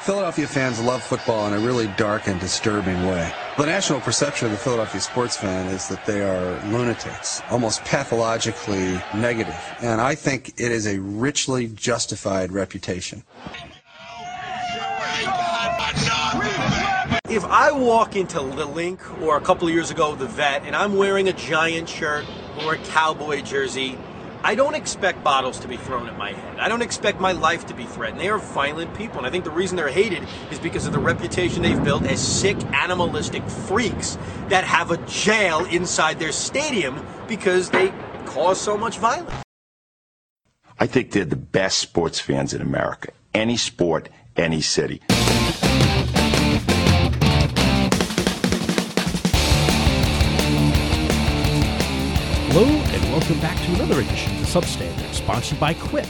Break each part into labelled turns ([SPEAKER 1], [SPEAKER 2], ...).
[SPEAKER 1] Philadelphia fans love football in a really dark and disturbing way. The national perception of the Philadelphia sports fan is that they are lunatics, almost pathologically negative. And I think it is a richly justified reputation.
[SPEAKER 2] If I walk into the link or a couple of years ago the vet and I'm wearing a giant shirt or a cowboy jersey, I don't expect bottles to be thrown at my head. I don't expect my life to be threatened. They are violent people, and I think the reason they're hated is because of the reputation they've built as sick, animalistic freaks that have a jail inside their stadium because they cause so much violence.
[SPEAKER 3] I think they're the best sports fans in America. Any sport, any city.
[SPEAKER 4] Hello, and welcome back to another edition of the Substandard, sponsored by Quip.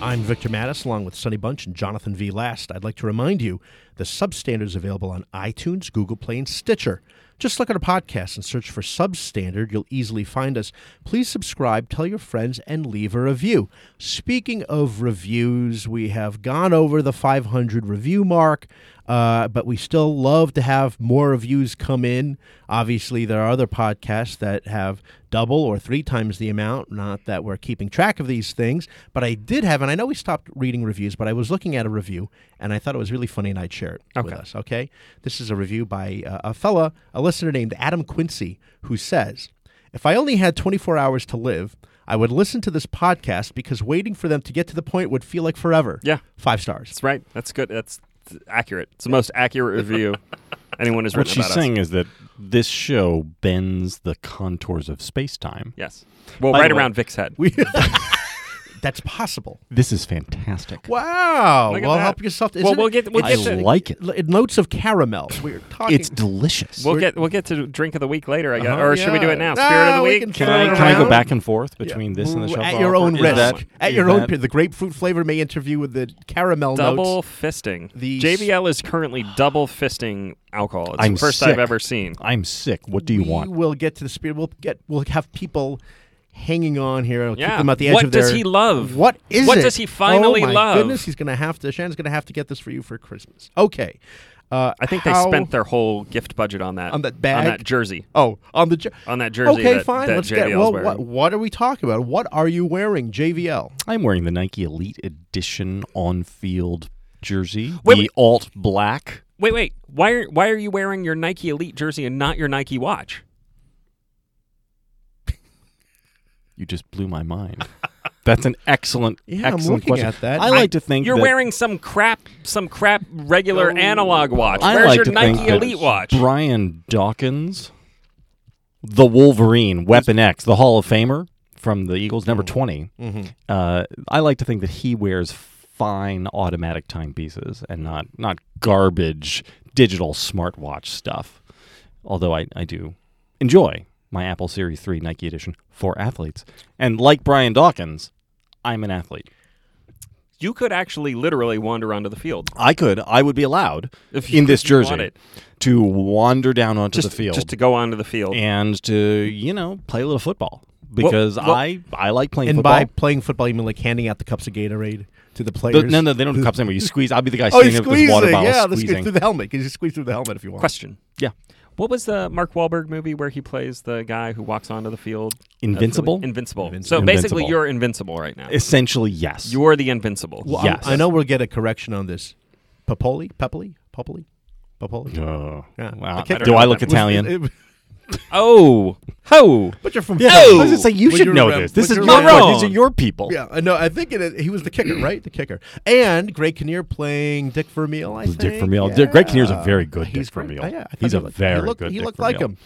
[SPEAKER 4] I'm Victor Mattis, along with Sonny Bunch and Jonathan V. Last. I'd like to remind you the Substandard is available on iTunes, Google Play, and Stitcher. Just look at our podcast and search for Substandard. You'll easily find us. Please subscribe, tell your friends, and leave a review. Speaking of reviews, we have gone over the 500 review mark, uh, but we still love to have more reviews come in. Obviously, there are other podcasts that have double or three times the amount. Not that we're keeping track of these things, but I did have, and I know we stopped reading reviews, but I was looking at a review and I thought it was really funny, and I'd share it with
[SPEAKER 5] Okay.
[SPEAKER 4] us. Okay, this is a review by uh, a fella, a listener named Adam Quincy, who says, "If I only had 24 hours to live." I would listen to this podcast because waiting for them to get to the point would feel like forever.
[SPEAKER 5] Yeah.
[SPEAKER 4] Five stars.
[SPEAKER 5] That's right. That's good. That's th- accurate. It's the most accurate review anyone has
[SPEAKER 6] What
[SPEAKER 5] written
[SPEAKER 6] she's
[SPEAKER 5] about
[SPEAKER 6] saying
[SPEAKER 5] us.
[SPEAKER 6] is that this show bends the contours of space time.
[SPEAKER 5] Yes. Well,
[SPEAKER 6] By
[SPEAKER 5] right
[SPEAKER 6] the way-
[SPEAKER 5] around Vic's head.
[SPEAKER 4] We- That's possible.
[SPEAKER 6] This is fantastic.
[SPEAKER 4] Wow.
[SPEAKER 5] Look at
[SPEAKER 4] Well,
[SPEAKER 5] that.
[SPEAKER 4] help yourself.
[SPEAKER 5] Well,
[SPEAKER 4] Isn't
[SPEAKER 5] we'll
[SPEAKER 4] it-
[SPEAKER 5] get- we'll
[SPEAKER 6] I
[SPEAKER 4] it's-
[SPEAKER 5] get to-
[SPEAKER 6] like it.
[SPEAKER 4] l- notes of caramel. We're talking.
[SPEAKER 6] It's delicious.
[SPEAKER 5] We'll get we'll get to drink of the week later, I guess.
[SPEAKER 4] Uh-huh.
[SPEAKER 5] or should we do
[SPEAKER 4] Yeah.
[SPEAKER 5] it now? Spirit of
[SPEAKER 4] No,
[SPEAKER 5] the
[SPEAKER 4] we
[SPEAKER 5] week.
[SPEAKER 4] can
[SPEAKER 6] can
[SPEAKER 4] throw
[SPEAKER 6] I
[SPEAKER 4] it
[SPEAKER 6] can I go
[SPEAKER 4] around.
[SPEAKER 6] back and forth between this and the show?
[SPEAKER 4] at your own
[SPEAKER 5] Is
[SPEAKER 4] risk.
[SPEAKER 5] that-
[SPEAKER 4] at your own. pe- The grapefruit flavor may interview with the caramel
[SPEAKER 5] Double
[SPEAKER 4] notes.
[SPEAKER 5] fisting.
[SPEAKER 4] The
[SPEAKER 5] JBL is currently double fisting alcohol. It's
[SPEAKER 6] I'm
[SPEAKER 5] the first
[SPEAKER 6] sick.
[SPEAKER 5] I've ever seen.
[SPEAKER 6] I'm sick. What do you
[SPEAKER 4] we
[SPEAKER 6] want?
[SPEAKER 4] will get to the spirit. We'll get. We'll have people hanging on here. We'll
[SPEAKER 5] Yeah.
[SPEAKER 4] keep them at the edge
[SPEAKER 5] What
[SPEAKER 4] of their.
[SPEAKER 5] does he love?
[SPEAKER 4] What is
[SPEAKER 5] What
[SPEAKER 4] it?
[SPEAKER 5] does he finally
[SPEAKER 4] oh my
[SPEAKER 5] love?
[SPEAKER 4] Goodness, he's gonna have to. Shannon's gonna have to get this for you for Christmas. Okay. Uh,
[SPEAKER 5] I think
[SPEAKER 4] how-
[SPEAKER 5] they spent their whole gift budget on that
[SPEAKER 4] On that bag?
[SPEAKER 5] that jersey.
[SPEAKER 4] Oh, on the jer-
[SPEAKER 5] On that jersey
[SPEAKER 4] Okay,
[SPEAKER 5] that-
[SPEAKER 4] fine.
[SPEAKER 5] that
[SPEAKER 4] Let's
[SPEAKER 5] JVL
[SPEAKER 4] get.
[SPEAKER 5] is
[SPEAKER 4] Well,
[SPEAKER 5] wearing.
[SPEAKER 4] what, what are we talking about? What are you wearing, JVL?
[SPEAKER 6] I'm wearing the Nike Elite Edition on-field jersey,
[SPEAKER 5] Wait,
[SPEAKER 6] the
[SPEAKER 5] wait.
[SPEAKER 6] alt black.
[SPEAKER 5] Wait, wait. Why are why are you wearing your Nike Elite jersey and not your Nike watch?
[SPEAKER 6] You just blew my mind. That's an excellent,
[SPEAKER 4] Yeah, I'm
[SPEAKER 6] excellent
[SPEAKER 4] looking
[SPEAKER 6] question.
[SPEAKER 4] at that.
[SPEAKER 6] I like to think
[SPEAKER 5] You're
[SPEAKER 6] that-
[SPEAKER 5] wearing some crap some crap regular analog watch.
[SPEAKER 6] I
[SPEAKER 5] Where's
[SPEAKER 6] like
[SPEAKER 5] your
[SPEAKER 6] to
[SPEAKER 5] Nike
[SPEAKER 6] think that
[SPEAKER 5] Elite watch?
[SPEAKER 6] Brian Dawkins, the Wolverine, Weapon X, the Hall of Famer from the Eagles,
[SPEAKER 5] Mm-hmm.
[SPEAKER 6] number 20. Uh, I like to think that he wears fine automatic timepieces and not, not garbage digital smartwatch stuff. Although I, I do enjoy my Apple Series 3 Nike Edition for athletes. And like Brian Dawkins, I'm an athlete.
[SPEAKER 5] you could actually literally wander onto the field.
[SPEAKER 6] I could, I would be allowed
[SPEAKER 5] If you-
[SPEAKER 6] in this
[SPEAKER 5] if you
[SPEAKER 6] jersey
[SPEAKER 5] want it.
[SPEAKER 6] to wander down onto
[SPEAKER 5] Just
[SPEAKER 6] the field.
[SPEAKER 5] Just to go onto the field.
[SPEAKER 6] and to you know play a little football because
[SPEAKER 5] well-
[SPEAKER 6] I I like playing
[SPEAKER 4] And
[SPEAKER 6] football.
[SPEAKER 4] by playing football, you mean like handing out the cups of Gatorade to the
[SPEAKER 6] The-
[SPEAKER 4] players?
[SPEAKER 6] no, no, they don't have cups anymore. You squeeze. I'll be the guy
[SPEAKER 4] Oh, he's
[SPEAKER 6] standing up with this
[SPEAKER 4] squeezing.
[SPEAKER 6] water bottle
[SPEAKER 4] yeah, the squeeze
[SPEAKER 6] squeezing.
[SPEAKER 4] through the helmet. Can you squeeze through the helmet if you want?
[SPEAKER 5] Question.
[SPEAKER 6] yeah,
[SPEAKER 5] What was the Mark Wahlberg movie where he plays the guy who walks onto the field?
[SPEAKER 6] Invincible?
[SPEAKER 5] That's really- Invincible.
[SPEAKER 4] Invincible.
[SPEAKER 5] So basically,
[SPEAKER 6] Invincible.
[SPEAKER 5] you're invincible right now.
[SPEAKER 6] essentially yes.
[SPEAKER 5] You're the invincible.
[SPEAKER 4] Well,
[SPEAKER 6] Yes.
[SPEAKER 4] Um, I, I know we'll get a correction on this. Popoli, Popoli, Popoli, Popoli.
[SPEAKER 6] Oh,
[SPEAKER 4] Yeah.
[SPEAKER 6] wow.
[SPEAKER 4] I can't-
[SPEAKER 6] do
[SPEAKER 5] I
[SPEAKER 6] I
[SPEAKER 5] don't
[SPEAKER 6] look
[SPEAKER 5] know.
[SPEAKER 6] Italian?
[SPEAKER 4] It- it-
[SPEAKER 5] Oh, ho!
[SPEAKER 4] but you're from.
[SPEAKER 6] yeah, I
[SPEAKER 4] Philly.
[SPEAKER 6] was gonna say you
[SPEAKER 4] Well,
[SPEAKER 6] should
[SPEAKER 4] you're
[SPEAKER 6] know
[SPEAKER 4] around-
[SPEAKER 6] this. This
[SPEAKER 4] but
[SPEAKER 6] is
[SPEAKER 4] you're
[SPEAKER 6] your
[SPEAKER 4] around-
[SPEAKER 5] wrong.
[SPEAKER 6] these are your people.
[SPEAKER 4] Yeah, I know. I think it is, he was the kicker, right? The kicker. And Greg Kinnear playing Dick Vermeil, I think.
[SPEAKER 6] Dick Vermeil. Dick- Greg Kinnear's a very good
[SPEAKER 4] He's
[SPEAKER 6] Dick
[SPEAKER 4] great.
[SPEAKER 6] Vermeil.
[SPEAKER 4] Oh, yeah, I thought
[SPEAKER 6] He's
[SPEAKER 4] he
[SPEAKER 6] a
[SPEAKER 4] looked-
[SPEAKER 6] very
[SPEAKER 4] he looked,
[SPEAKER 6] good
[SPEAKER 4] He
[SPEAKER 6] Dick
[SPEAKER 4] looked like
[SPEAKER 6] Vermeil.
[SPEAKER 4] him.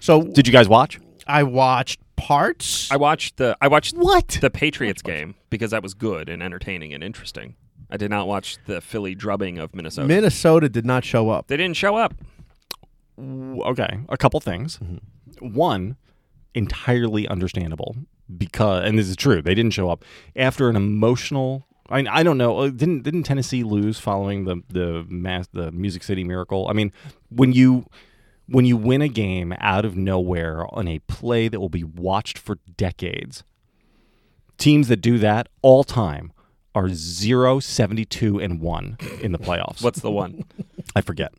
[SPEAKER 4] So
[SPEAKER 6] Did you guys watch?
[SPEAKER 4] I watched parts.
[SPEAKER 5] I watched the I watched
[SPEAKER 6] What?
[SPEAKER 5] the Patriots game because that was good and entertaining and interesting. I did not watch the Philly drubbing of Minnesota.
[SPEAKER 4] Minnesota did not show up.
[SPEAKER 5] they didn't show up.
[SPEAKER 6] okay, a couple things. One, entirely understandable because, and this is true, they didn't show up after an emotional. I, I don't know. uh, Didn't didn't Tennessee lose following the the mass the Music City Miracle? I mean, when you when you win a game out of nowhere on a play that will be watched for decades, teams that do that all time are 0, 72, and 1 in the playoffs.
[SPEAKER 5] What's the one?
[SPEAKER 6] I forget.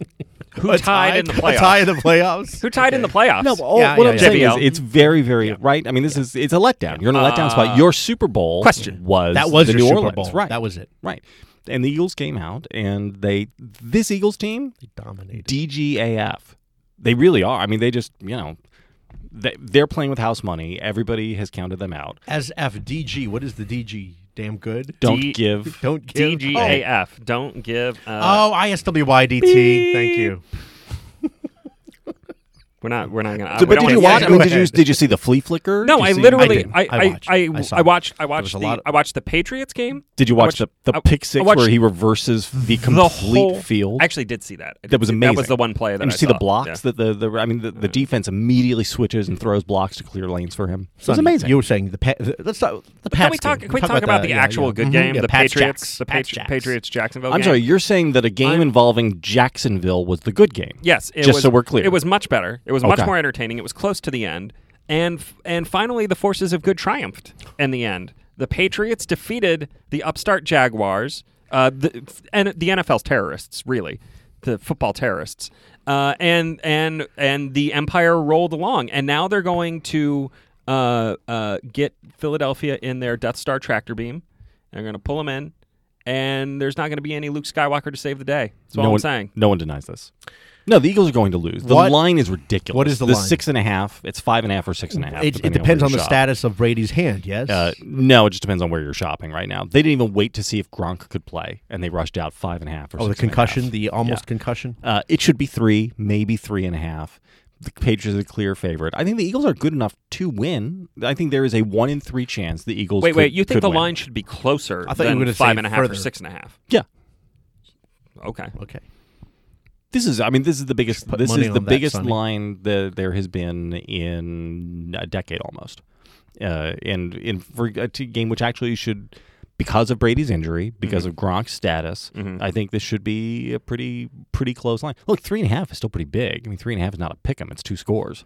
[SPEAKER 5] Who tied in the playoffs?
[SPEAKER 4] tie in the playoffs.
[SPEAKER 5] Who tied in the playoffs?
[SPEAKER 6] No, but all,
[SPEAKER 4] Yeah,
[SPEAKER 6] what
[SPEAKER 4] yeah,
[SPEAKER 6] I'm
[SPEAKER 4] yeah.
[SPEAKER 6] saying is
[SPEAKER 5] JBL.
[SPEAKER 6] it's very, very right. I mean, this is it's a letdown. You're in a letdown spot. Your Super Bowl
[SPEAKER 5] Question.
[SPEAKER 6] was
[SPEAKER 4] That was
[SPEAKER 6] the
[SPEAKER 4] your
[SPEAKER 6] New
[SPEAKER 4] Super
[SPEAKER 6] Orleans,
[SPEAKER 4] Bowl.
[SPEAKER 6] right?
[SPEAKER 4] That was it.
[SPEAKER 6] right. And the Eagles came out and they this Eagles team
[SPEAKER 4] Dominated.
[SPEAKER 6] DGAF. They really are. I mean, they just you know they, they're playing with house money. Everybody has counted them out.
[SPEAKER 4] As FDG, what is the DG? Damn good.
[SPEAKER 6] Don't
[SPEAKER 5] D-
[SPEAKER 6] give.
[SPEAKER 4] Don't give. Oh.
[SPEAKER 5] DGAF. Don't give. Uh,
[SPEAKER 4] Oh, ISWYDT. Thank you.
[SPEAKER 5] We're not. We're not gonna. we
[SPEAKER 6] but
[SPEAKER 5] don't wanna
[SPEAKER 6] did you
[SPEAKER 5] say
[SPEAKER 6] watch?
[SPEAKER 5] it.
[SPEAKER 6] I mean, did
[SPEAKER 4] ahead.
[SPEAKER 6] you did you see the flea flicker?
[SPEAKER 5] No,
[SPEAKER 6] Did you
[SPEAKER 5] I
[SPEAKER 6] see-
[SPEAKER 5] literally,
[SPEAKER 4] didn't.
[SPEAKER 5] I,
[SPEAKER 4] I
[SPEAKER 5] I,
[SPEAKER 4] watched.
[SPEAKER 5] I,
[SPEAKER 4] I saw
[SPEAKER 5] I watched, I
[SPEAKER 4] was
[SPEAKER 5] watched
[SPEAKER 4] a
[SPEAKER 5] the,
[SPEAKER 4] lot of-
[SPEAKER 5] I watched the Patriots game.
[SPEAKER 6] Did you
[SPEAKER 5] I
[SPEAKER 6] watch
[SPEAKER 5] watched-
[SPEAKER 6] the the
[SPEAKER 5] I-
[SPEAKER 6] pick
[SPEAKER 5] I
[SPEAKER 6] six
[SPEAKER 5] watched
[SPEAKER 6] where he reverses the complete
[SPEAKER 5] the whole
[SPEAKER 6] field?
[SPEAKER 5] I actually did see that. I
[SPEAKER 6] That was
[SPEAKER 5] did-
[SPEAKER 6] amazing.
[SPEAKER 5] That was the one play that
[SPEAKER 6] and
[SPEAKER 5] I
[SPEAKER 6] you see
[SPEAKER 5] saw.
[SPEAKER 6] the blocks
[SPEAKER 5] Yeah.
[SPEAKER 6] that the, the I mean the, the defense immediately switches and throws blocks to clear lanes for him. So it's
[SPEAKER 4] Sonny,
[SPEAKER 6] amazing.
[SPEAKER 4] You were saying the pa- the- let's talk the
[SPEAKER 5] Can
[SPEAKER 4] Pats
[SPEAKER 5] we talk?
[SPEAKER 4] game.
[SPEAKER 5] Can we talk about the
[SPEAKER 4] yeah,
[SPEAKER 5] actual
[SPEAKER 4] yeah.
[SPEAKER 5] good
[SPEAKER 6] Mm-hmm.
[SPEAKER 4] Mhm.
[SPEAKER 5] game?
[SPEAKER 4] Yeah,
[SPEAKER 5] The
[SPEAKER 4] Pats
[SPEAKER 5] Patriots,
[SPEAKER 4] Jacks.
[SPEAKER 5] the
[SPEAKER 4] Pats
[SPEAKER 5] Patri-
[SPEAKER 4] Jacks.
[SPEAKER 5] Patriots, Jacksonville.
[SPEAKER 6] I'm
[SPEAKER 5] game.
[SPEAKER 6] sorry, you're saying that a game
[SPEAKER 5] I'm-
[SPEAKER 6] involving Jacksonville was the good game.
[SPEAKER 5] Yes, it
[SPEAKER 6] just
[SPEAKER 5] was,
[SPEAKER 6] so we're clear,
[SPEAKER 5] it was much better. It was much
[SPEAKER 6] Okay.
[SPEAKER 5] more entertaining. It was close to the end, and f- and finally, the forces of good triumphed in the end. The Patriots defeated the upstart Jaguars, uh, the f- and the NFL's terrorists, really, the football terrorists, uh, and and and the empire rolled along, and now they're going to uh, uh, get Philadelphia in their Death Star tractor beam. They're going to pull them in. And there's not going to be any Luke Skywalker to save the day. That's all
[SPEAKER 6] no
[SPEAKER 5] I'm
[SPEAKER 6] one,
[SPEAKER 5] saying.
[SPEAKER 6] No one denies this. No, the Eagles are going to lose. The
[SPEAKER 4] What-
[SPEAKER 6] line is ridiculous.
[SPEAKER 4] what is the
[SPEAKER 6] the
[SPEAKER 4] line?
[SPEAKER 6] six and a half? It's five and a half or six and a half.
[SPEAKER 4] It, it
[SPEAKER 6] depending
[SPEAKER 4] depends
[SPEAKER 6] where
[SPEAKER 4] on
[SPEAKER 6] you
[SPEAKER 4] the
[SPEAKER 6] shop.
[SPEAKER 4] status of Brady's hand. Yes.
[SPEAKER 6] Uh, no, it just depends on where you're shopping right now. They didn't even wait to see if Gronk could play, and they rushed out five and a half. Or
[SPEAKER 4] oh, the
[SPEAKER 6] six and a
[SPEAKER 4] concussion,
[SPEAKER 6] half.
[SPEAKER 4] the almost concussion.
[SPEAKER 6] Uh, it should be three, maybe three and a half. The Patriots are the clear favorite. I think the Eagles are good enough to win. I think there is a one in three chance the Eagles.
[SPEAKER 5] Wait,
[SPEAKER 6] could-
[SPEAKER 5] wait. You think
[SPEAKER 6] could
[SPEAKER 5] the
[SPEAKER 6] win.
[SPEAKER 5] line should be closer
[SPEAKER 4] I thought you
[SPEAKER 5] than
[SPEAKER 4] were gonna
[SPEAKER 5] five
[SPEAKER 4] say
[SPEAKER 5] and a half
[SPEAKER 4] further.
[SPEAKER 5] or six and a half?
[SPEAKER 6] Yeah,
[SPEAKER 5] Okay.
[SPEAKER 4] Okay.
[SPEAKER 6] this is. I mean, this is the biggest.
[SPEAKER 4] put
[SPEAKER 6] This
[SPEAKER 4] money
[SPEAKER 6] is the
[SPEAKER 4] on that,
[SPEAKER 6] biggest
[SPEAKER 4] Sonny.
[SPEAKER 6] line that there has been in a decade almost. Uh, and in for a t- game which actually should, because of Brady's injury, because
[SPEAKER 5] Mm-hmm.
[SPEAKER 6] of Gronk's status, I think this should be a pretty pretty close line. Look, three and a half is still pretty big. I mean, three and a half is not a pick 'em; it's two scores.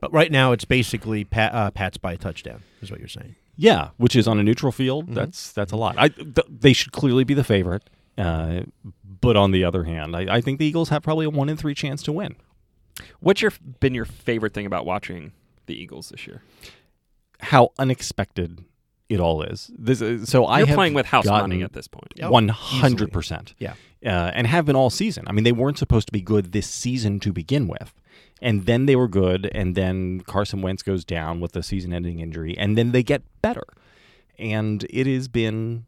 [SPEAKER 4] But right now, it's basically Pat, uh, Pats by a touchdown, is what you're saying.
[SPEAKER 6] Yeah, which is on a neutral field.
[SPEAKER 5] Mm-hmm.
[SPEAKER 6] That's that's a lot. I th- they should clearly be the favorite. Uh, but on the other hand, I, I think the Eagles have probably a one in three chance to win.
[SPEAKER 5] What's your been your favorite thing about watching the Eagles this year?
[SPEAKER 6] How unexpected it all is. This is, so I
[SPEAKER 5] You're
[SPEAKER 6] have
[SPEAKER 5] playing with house
[SPEAKER 6] gotten
[SPEAKER 5] money at this point.
[SPEAKER 4] Yep.
[SPEAKER 6] One hundred percent.
[SPEAKER 4] Yeah.
[SPEAKER 6] uh, and have been all season. I mean, they weren't supposed to be good this season to begin with. And then they were good, and then Carson Wentz goes down with a season ending injury, and then they get better. And it has been,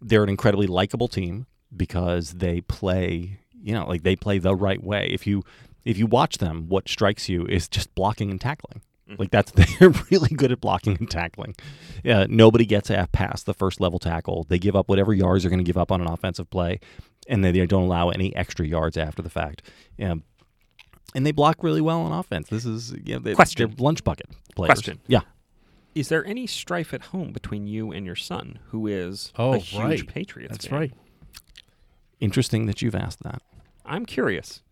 [SPEAKER 6] they're an incredibly likable team because they play, you know, like they play the right way. If you, if you watch them, what strikes you is just blocking and tackling.
[SPEAKER 5] Mm-hmm.
[SPEAKER 6] Like that's they're really good at blocking and tackling. Yeah, nobody gets half past the first level tackle. They give up whatever yards they're going to give up on an offensive play, and they, they don't allow any extra yards after the fact. Yeah, and they block really well on offense. This is you know, they,
[SPEAKER 5] Question.
[SPEAKER 6] they're lunch bucket players.
[SPEAKER 5] Question.
[SPEAKER 6] Yeah,
[SPEAKER 5] Is there any strife at home between you and your son, who is
[SPEAKER 6] Oh,
[SPEAKER 5] a huge Patriots
[SPEAKER 4] That's
[SPEAKER 5] fan?
[SPEAKER 4] Oh, right.
[SPEAKER 6] interesting that you've asked that.
[SPEAKER 5] I'm curious.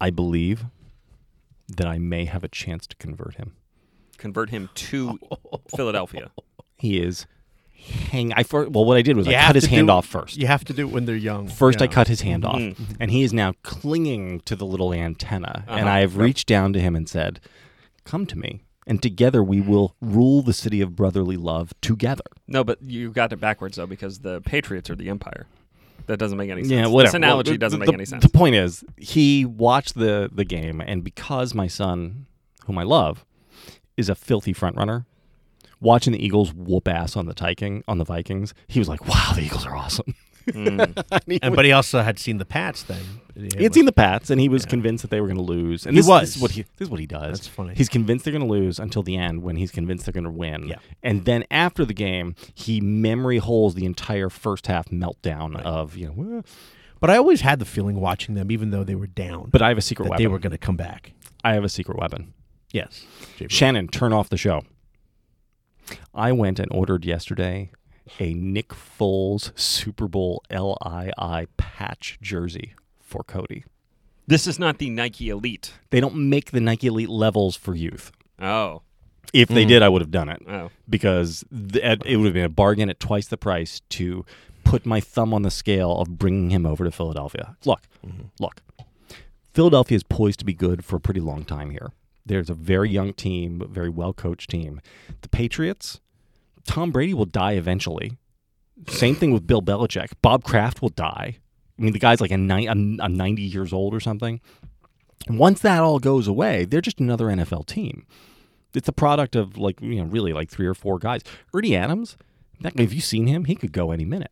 [SPEAKER 6] I believe that I may have a chance to convert him.
[SPEAKER 5] Convert him to
[SPEAKER 6] Oh.
[SPEAKER 5] Philadelphia.
[SPEAKER 6] He is hang. I for, well, what I did was
[SPEAKER 4] You
[SPEAKER 6] I
[SPEAKER 4] have
[SPEAKER 6] cut his
[SPEAKER 4] to
[SPEAKER 6] hand
[SPEAKER 4] do-
[SPEAKER 6] off first.
[SPEAKER 4] You have to do it when they're young.
[SPEAKER 6] First, I
[SPEAKER 4] Yeah. Mm-hmm.
[SPEAKER 6] cut his hand off, and he is now clinging to the little antenna. And
[SPEAKER 5] Uh-huh.
[SPEAKER 6] I have reached down to him and said, "Come to me, and together we
[SPEAKER 4] Mm-hmm.
[SPEAKER 6] will rule the city of brotherly love together."
[SPEAKER 5] No, but you got it backwards though, because the Patriots are the empire. That doesn't make any sense.
[SPEAKER 6] Yeah, whatever.
[SPEAKER 5] This analogy
[SPEAKER 6] Well, the-
[SPEAKER 5] doesn't
[SPEAKER 6] the-
[SPEAKER 5] make any sense.
[SPEAKER 6] The point is, he watched the the game, and because my son, whom I love, is a filthy front runner, watching the Eagles whoop ass on the Viking on the Vikings, he was like, "Wow, the Eagles are awesome."
[SPEAKER 4] And, but he also had seen the Pats then.
[SPEAKER 6] He had seen the Pats, and he was convinced that they were going to lose. And
[SPEAKER 4] He
[SPEAKER 6] this, this
[SPEAKER 4] was.
[SPEAKER 6] is what he this is what he does.
[SPEAKER 4] That's funny.
[SPEAKER 6] He's convinced they're going to lose until the end, when he's convinced they're going to win.
[SPEAKER 4] Yeah.
[SPEAKER 6] And then after the game, he memory holes the entire first half meltdown of you know. "Well,"
[SPEAKER 4] But I always had the feeling watching them, even though they were down,
[SPEAKER 6] But I have a secret
[SPEAKER 4] that
[SPEAKER 6] weapon.
[SPEAKER 4] they were going to come back.
[SPEAKER 6] I have a secret weapon.
[SPEAKER 4] Yes. JB.
[SPEAKER 6] Shannon, turn off the show. I went and ordered yesterday a Nick Foles Super Bowl LII patch jersey for Cody.
[SPEAKER 5] This is not the Nike Elite.
[SPEAKER 6] They don't make the Nike Elite levels for youth.
[SPEAKER 5] Oh.
[SPEAKER 6] If they did, I would have done it
[SPEAKER 5] Oh.
[SPEAKER 6] because th- at, it would have been a bargain at twice the price to put my thumb on the scale of bringing him over to Philadelphia. Look, look, Philadelphia is poised to be good for a pretty long time here. There's a very young team, a very well coached team. The Patriots, Tom Brady will die eventually. Same thing with Bill Belichick. Bob Kraft will die. I mean, the guy's like a, ni- a, a 90 years old or something. And once that all goes away, they're just another NFL team. It's a product of like you know really like three or four guys. Ernie Adams, that guy, have you seen him? He could go any minute.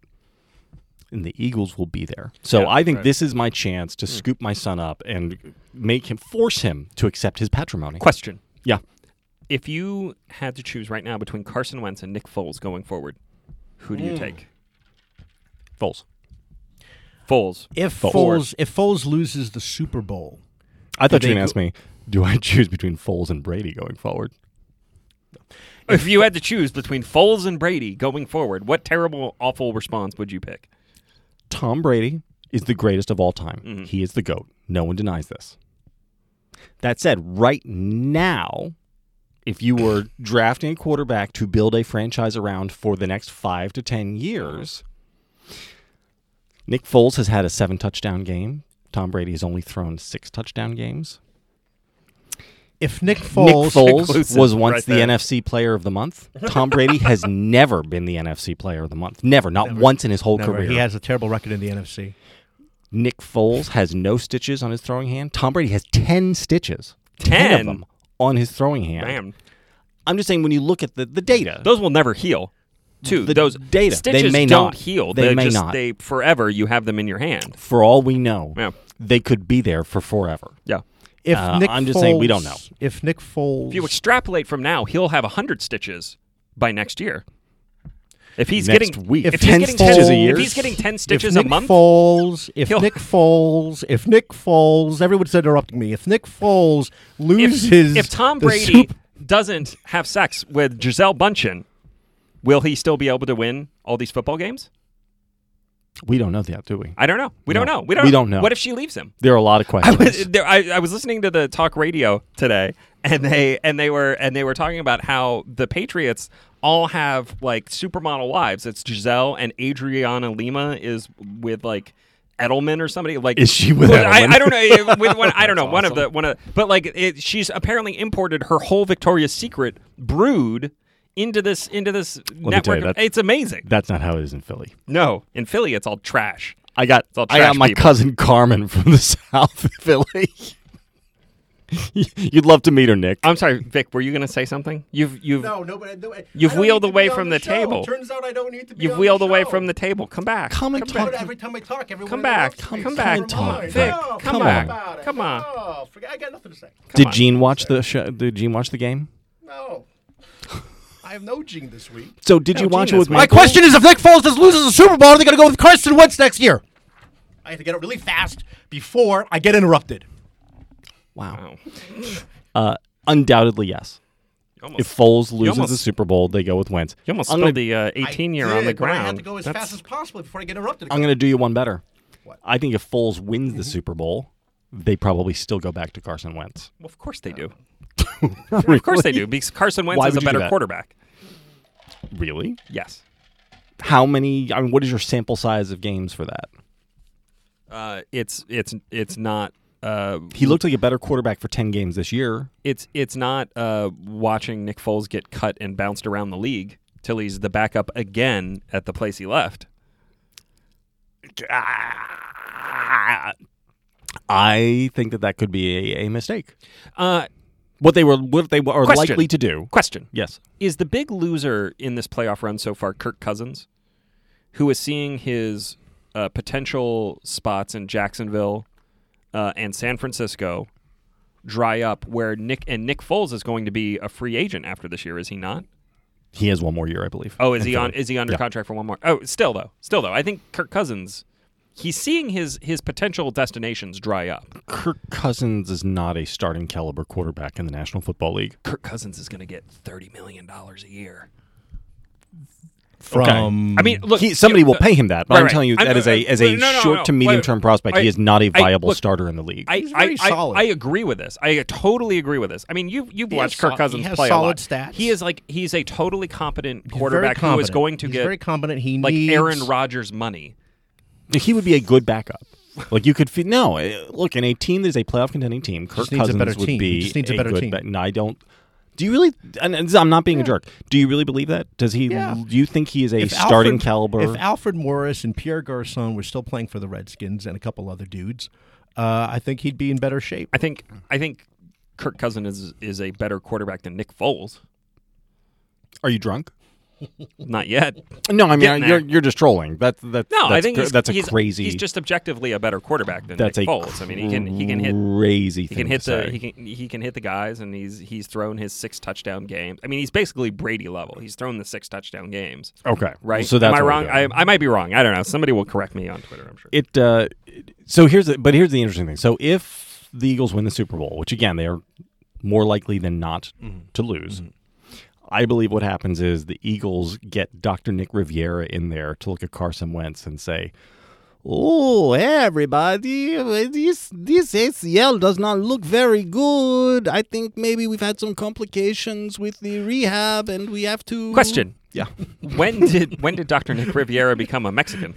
[SPEAKER 6] And the Eagles will be there. So I think this is my chance to scoop my son up and make him force him to accept his patrimony.
[SPEAKER 5] Question:
[SPEAKER 6] Yeah.
[SPEAKER 5] If you had to choose right now between Carson Wentz and Nick Foles going forward, who do you
[SPEAKER 6] Mm.
[SPEAKER 5] take?
[SPEAKER 6] Foles.
[SPEAKER 5] Foles.
[SPEAKER 4] If
[SPEAKER 6] Foles.
[SPEAKER 4] Foles, if Foles loses the Super Bowl,
[SPEAKER 6] I thought you
[SPEAKER 4] they
[SPEAKER 6] were going to ask me, do I choose between Foles and Brady going forward?
[SPEAKER 5] If you had to choose between Foles and Brady going forward, what terrible, awful response would you pick?
[SPEAKER 6] Tom Brady is the greatest of all time. He is the GOAT. No one denies this. That said, right now, if you were drafting a quarterback to build a franchise around for the next five to 10 years, Nick Foles has had a seven touchdown game. Tom Brady has only thrown six touchdown games.
[SPEAKER 4] if Nick Foles,
[SPEAKER 6] Nick Foles
[SPEAKER 5] Inclusive
[SPEAKER 6] was once
[SPEAKER 5] right
[SPEAKER 6] the
[SPEAKER 5] there.
[SPEAKER 6] NFC Player of the Month. Tom Brady has never been the NFC Player of the Month. Never, not once in his whole
[SPEAKER 4] Never.
[SPEAKER 6] career.
[SPEAKER 4] he has a terrible record in the NFC.
[SPEAKER 6] Nick Foles has no stitches on his throwing hand. Tom Brady has 10 stitches. 10 of
[SPEAKER 5] Ten?
[SPEAKER 6] them on his throwing hand.
[SPEAKER 5] Damn,
[SPEAKER 6] I'm just saying when you look at the, the data,
[SPEAKER 5] those will never heal. Too
[SPEAKER 6] The
[SPEAKER 5] those
[SPEAKER 6] data, they
[SPEAKER 5] stitches
[SPEAKER 6] may
[SPEAKER 5] don't
[SPEAKER 6] not.
[SPEAKER 5] heal.
[SPEAKER 6] They
[SPEAKER 5] They're
[SPEAKER 6] may
[SPEAKER 5] just,
[SPEAKER 6] not.
[SPEAKER 5] They forever. You have them in your hand.
[SPEAKER 6] for all we know,
[SPEAKER 5] Yeah.
[SPEAKER 6] they could be there for forever.
[SPEAKER 5] Yeah.
[SPEAKER 4] If
[SPEAKER 6] Uh,
[SPEAKER 4] Nick
[SPEAKER 6] I'm just saying we don't
[SPEAKER 4] Foles-
[SPEAKER 6] know.
[SPEAKER 4] If Nick Foles,
[SPEAKER 5] If you extrapolate from now, he'll have hundred stitches by next year. If he's
[SPEAKER 6] Next
[SPEAKER 5] getting
[SPEAKER 6] week.
[SPEAKER 5] if,
[SPEAKER 4] If
[SPEAKER 5] he's
[SPEAKER 4] 10
[SPEAKER 5] getting
[SPEAKER 4] stitches a
[SPEAKER 5] ten,
[SPEAKER 4] year?
[SPEAKER 5] if he's getting ten
[SPEAKER 4] if
[SPEAKER 5] stitches
[SPEAKER 4] Nick
[SPEAKER 5] a month,
[SPEAKER 4] Foles, if
[SPEAKER 5] he'll-
[SPEAKER 4] Nick Foles, if Nick Foles, everyone's interrupting me. If Nick Foles
[SPEAKER 5] if,
[SPEAKER 4] loses,
[SPEAKER 5] if Tom
[SPEAKER 4] the
[SPEAKER 5] Brady
[SPEAKER 4] Sup-
[SPEAKER 5] doesn't have sex with Giselle Bundchen, will he still be able to win all these football games?
[SPEAKER 6] We don't know that, do we?
[SPEAKER 5] I don't know. We don't
[SPEAKER 6] No.
[SPEAKER 5] know. We don't.
[SPEAKER 6] We don't know.
[SPEAKER 5] What if she leaves him?
[SPEAKER 6] There are a lot of
[SPEAKER 5] I
[SPEAKER 6] questions.
[SPEAKER 5] was there, I, I was listening to the talk radio today, and they and they were and they were talking about how the Patriots all have like supermodel wives. It's Giselle and Adriana Lima is with like Edelman or somebody. Like
[SPEAKER 6] Is she with
[SPEAKER 5] Well,
[SPEAKER 6] Edelman?
[SPEAKER 5] I, I don't know. eh, With one, I don't know. One of the one of but like it, she's apparently imported her whole Victoria's Secret brood into this into this
[SPEAKER 6] me tell
[SPEAKER 5] network.
[SPEAKER 6] you, that's-
[SPEAKER 5] it's amazing.
[SPEAKER 6] That's not how it is in Philly.
[SPEAKER 5] no, in Philly, it's all trash.
[SPEAKER 6] I got
[SPEAKER 5] all
[SPEAKER 6] I got
[SPEAKER 5] trash
[SPEAKER 6] my
[SPEAKER 5] people.
[SPEAKER 6] cousin Carmen from the South of Philly. You'd love to meet her, Nick.
[SPEAKER 5] I'm sorry, Vic. Were you going to say something? You've you've
[SPEAKER 2] No, no, but I, no, I-
[SPEAKER 5] You've
[SPEAKER 2] I don't
[SPEAKER 5] wheeled
[SPEAKER 2] need to
[SPEAKER 5] away
[SPEAKER 2] be on
[SPEAKER 5] from the
[SPEAKER 2] show.
[SPEAKER 5] table.
[SPEAKER 2] Turns out I don't need to be
[SPEAKER 5] You've
[SPEAKER 2] on
[SPEAKER 5] wheeled
[SPEAKER 2] the
[SPEAKER 5] away
[SPEAKER 2] show.
[SPEAKER 5] from the table. Come back.
[SPEAKER 6] Come and
[SPEAKER 2] But
[SPEAKER 6] talk.
[SPEAKER 2] every time I talk, everyone
[SPEAKER 5] Come back.
[SPEAKER 2] interrupts me.
[SPEAKER 5] Come back.
[SPEAKER 6] and talk,
[SPEAKER 2] on.
[SPEAKER 6] Vic.
[SPEAKER 2] No,
[SPEAKER 5] Come
[SPEAKER 2] forget
[SPEAKER 6] on.
[SPEAKER 2] about it.
[SPEAKER 5] Come on.
[SPEAKER 2] No, forget- I got nothing to say.
[SPEAKER 6] Did
[SPEAKER 5] on.
[SPEAKER 6] Gene watch the show? Did Gene watch the game?
[SPEAKER 2] No, I have no gene this week.
[SPEAKER 6] So did you
[SPEAKER 5] Gene
[SPEAKER 6] watch it
[SPEAKER 5] is
[SPEAKER 6] with
[SPEAKER 5] my
[SPEAKER 4] My
[SPEAKER 6] Michael?
[SPEAKER 4] question is, if Nick Foles does loses the Super Bowl, are they going to go with Carson Wentz next year? I have to get it really fast before I get interrupted.
[SPEAKER 5] Oh.
[SPEAKER 6] Wow. Uh, undoubtedly, yes.
[SPEAKER 5] Almost-
[SPEAKER 6] If Foles loses
[SPEAKER 5] almost-
[SPEAKER 6] the Super Bowl, they go with Wentz.
[SPEAKER 5] you almost
[SPEAKER 6] I'm
[SPEAKER 5] spilled
[SPEAKER 6] gonna,
[SPEAKER 5] the uh, 18 year on the
[SPEAKER 2] Did, but I had
[SPEAKER 5] ground.
[SPEAKER 2] to go as
[SPEAKER 5] That's-
[SPEAKER 2] fast as possible before I get interrupted.
[SPEAKER 6] I'm
[SPEAKER 2] again.
[SPEAKER 6] going to do you one better. I think if Foles wins
[SPEAKER 5] Mm-hmm.
[SPEAKER 6] the Super Bowl, they probably still go back to Carson Wentz.
[SPEAKER 5] well, of course they do. of course they do because Carson Wentz
[SPEAKER 6] Why
[SPEAKER 5] is a
[SPEAKER 6] would you do
[SPEAKER 5] better
[SPEAKER 6] that?
[SPEAKER 5] quarterback.
[SPEAKER 6] Really?
[SPEAKER 5] Yes.
[SPEAKER 6] How many? I mean, what is your sample size of games for that?
[SPEAKER 5] Uh, it's it's it's not uh,
[SPEAKER 6] He looked like a better quarterback for 10 games this year.
[SPEAKER 5] it's it's not uh, watching Nick Foles get cut and bounced around the league till he's the backup again at the place he left. Ah.
[SPEAKER 6] I think that that could be a, a mistake.
[SPEAKER 5] Uh,
[SPEAKER 6] What they were, what they are
[SPEAKER 5] Question.
[SPEAKER 6] likely to do.
[SPEAKER 5] question:
[SPEAKER 6] Yes.
[SPEAKER 5] is the big loser in this playoff run so far Kirk Cousins, who is seeing his uh, potential spots in Jacksonville uh, and San Francisco dry up, where Nick and Nick Foles is going to be a free agent after this year, is he not?
[SPEAKER 6] He has one more year, I believe.
[SPEAKER 5] Oh, is
[SPEAKER 6] in
[SPEAKER 5] he on?
[SPEAKER 6] Philly.
[SPEAKER 5] Is he under
[SPEAKER 6] Yeah.
[SPEAKER 5] contract for one more? Oh, still though, still though. I think Kirk Cousins, he's seeing his his potential destinations dry up.
[SPEAKER 6] Kirk Cousins is not a starting caliber quarterback in the National Football League.
[SPEAKER 5] Kirk Cousins is going to get thirty million dollars a year.
[SPEAKER 4] from.
[SPEAKER 5] I mean, look,
[SPEAKER 6] Mm. He, somebody
[SPEAKER 5] you-
[SPEAKER 6] will
[SPEAKER 5] uh,
[SPEAKER 6] pay him that, but
[SPEAKER 5] right,
[SPEAKER 6] I'm
[SPEAKER 5] right.
[SPEAKER 6] telling you
[SPEAKER 5] I'm-
[SPEAKER 6] that as a as
[SPEAKER 5] uh, no,
[SPEAKER 6] a
[SPEAKER 5] no, no,
[SPEAKER 6] short to
[SPEAKER 5] wait,
[SPEAKER 6] medium term prospect,
[SPEAKER 5] I-
[SPEAKER 6] he is not a
[SPEAKER 5] I-
[SPEAKER 6] viable
[SPEAKER 5] look,
[SPEAKER 6] starter in the league.
[SPEAKER 5] I,
[SPEAKER 4] He's
[SPEAKER 5] I,
[SPEAKER 4] very
[SPEAKER 5] I,
[SPEAKER 4] solid.
[SPEAKER 5] I agree with this. I totally agree with this. I mean, you've you've
[SPEAKER 4] He
[SPEAKER 5] watched
[SPEAKER 4] has
[SPEAKER 5] Kirk
[SPEAKER 4] sol-
[SPEAKER 5] Cousins
[SPEAKER 4] he has
[SPEAKER 5] play
[SPEAKER 4] solid
[SPEAKER 5] a lot.
[SPEAKER 4] stats.
[SPEAKER 5] He is like he's a totally competent
[SPEAKER 4] He's very
[SPEAKER 5] quarterback who is
[SPEAKER 4] competent.
[SPEAKER 5] going to
[SPEAKER 4] He's
[SPEAKER 5] get
[SPEAKER 4] very competent. He
[SPEAKER 5] like
[SPEAKER 4] needs-
[SPEAKER 5] Aaron Rodgers money.
[SPEAKER 6] he would be a good backup. Like you could fe- no eh, look in a team that is a playoff contending team. Kirk
[SPEAKER 4] needs a
[SPEAKER 6] Cousins
[SPEAKER 4] better
[SPEAKER 6] would
[SPEAKER 4] team. He
[SPEAKER 6] be
[SPEAKER 4] just needs a better
[SPEAKER 6] good
[SPEAKER 4] team.
[SPEAKER 6] ba- no, I don't. Do you really? And and I'm not being a jerk. Do you really believe that? Does he?
[SPEAKER 4] Yeah.
[SPEAKER 6] Do you think he is a
[SPEAKER 4] if
[SPEAKER 6] starting
[SPEAKER 4] Alfred-
[SPEAKER 6] caliber?
[SPEAKER 4] If Alfred Morris and Pierre Garcon were still playing for the Redskins and a couple other dudes, uh, I think he'd be in better shape.
[SPEAKER 5] I think I think Kirk Cousins is is a better quarterback than Nick Foles.
[SPEAKER 6] Are you drunk?
[SPEAKER 5] Not yet.
[SPEAKER 6] No, I mean
[SPEAKER 5] Getting
[SPEAKER 6] I- you're,
[SPEAKER 5] there.
[SPEAKER 6] you're just trolling. That that
[SPEAKER 5] No,
[SPEAKER 6] that's,
[SPEAKER 5] I think
[SPEAKER 6] cr-
[SPEAKER 5] he's,
[SPEAKER 6] that's a
[SPEAKER 5] he's-
[SPEAKER 6] crazy.
[SPEAKER 5] He's just objectively a better quarterback than
[SPEAKER 6] that's
[SPEAKER 5] Nick
[SPEAKER 6] a
[SPEAKER 5] Foles. I mean, he can he can hit
[SPEAKER 6] crazy.
[SPEAKER 5] he
[SPEAKER 6] thing
[SPEAKER 5] can hit
[SPEAKER 6] to
[SPEAKER 5] the
[SPEAKER 6] say.
[SPEAKER 5] he can he can hit the guys, and he's he's thrown his six touchdown games. I mean, he's basically Brady level. He's thrown the six touchdown games.
[SPEAKER 6] okay
[SPEAKER 5] Right?
[SPEAKER 6] So that's
[SPEAKER 5] am I
[SPEAKER 6] what we're
[SPEAKER 5] wrong?
[SPEAKER 6] doing.
[SPEAKER 5] I, I might be wrong. I don't know. Somebody will correct me on Twitter. I'm sure.
[SPEAKER 6] it uh so here's the but here's the interesting thing so if the eagles win the super bowl which again they are more likely than not to lose i believe what happens is the eagles get dr nick riviera in there to look at carson wentz and say Oh, everybody, this this ACL does not look very good. I think maybe we've had some complications with the rehab and we have to
[SPEAKER 5] Question:
[SPEAKER 6] Yeah.
[SPEAKER 5] When did when did Dr. Nick Riviera become a Mexican?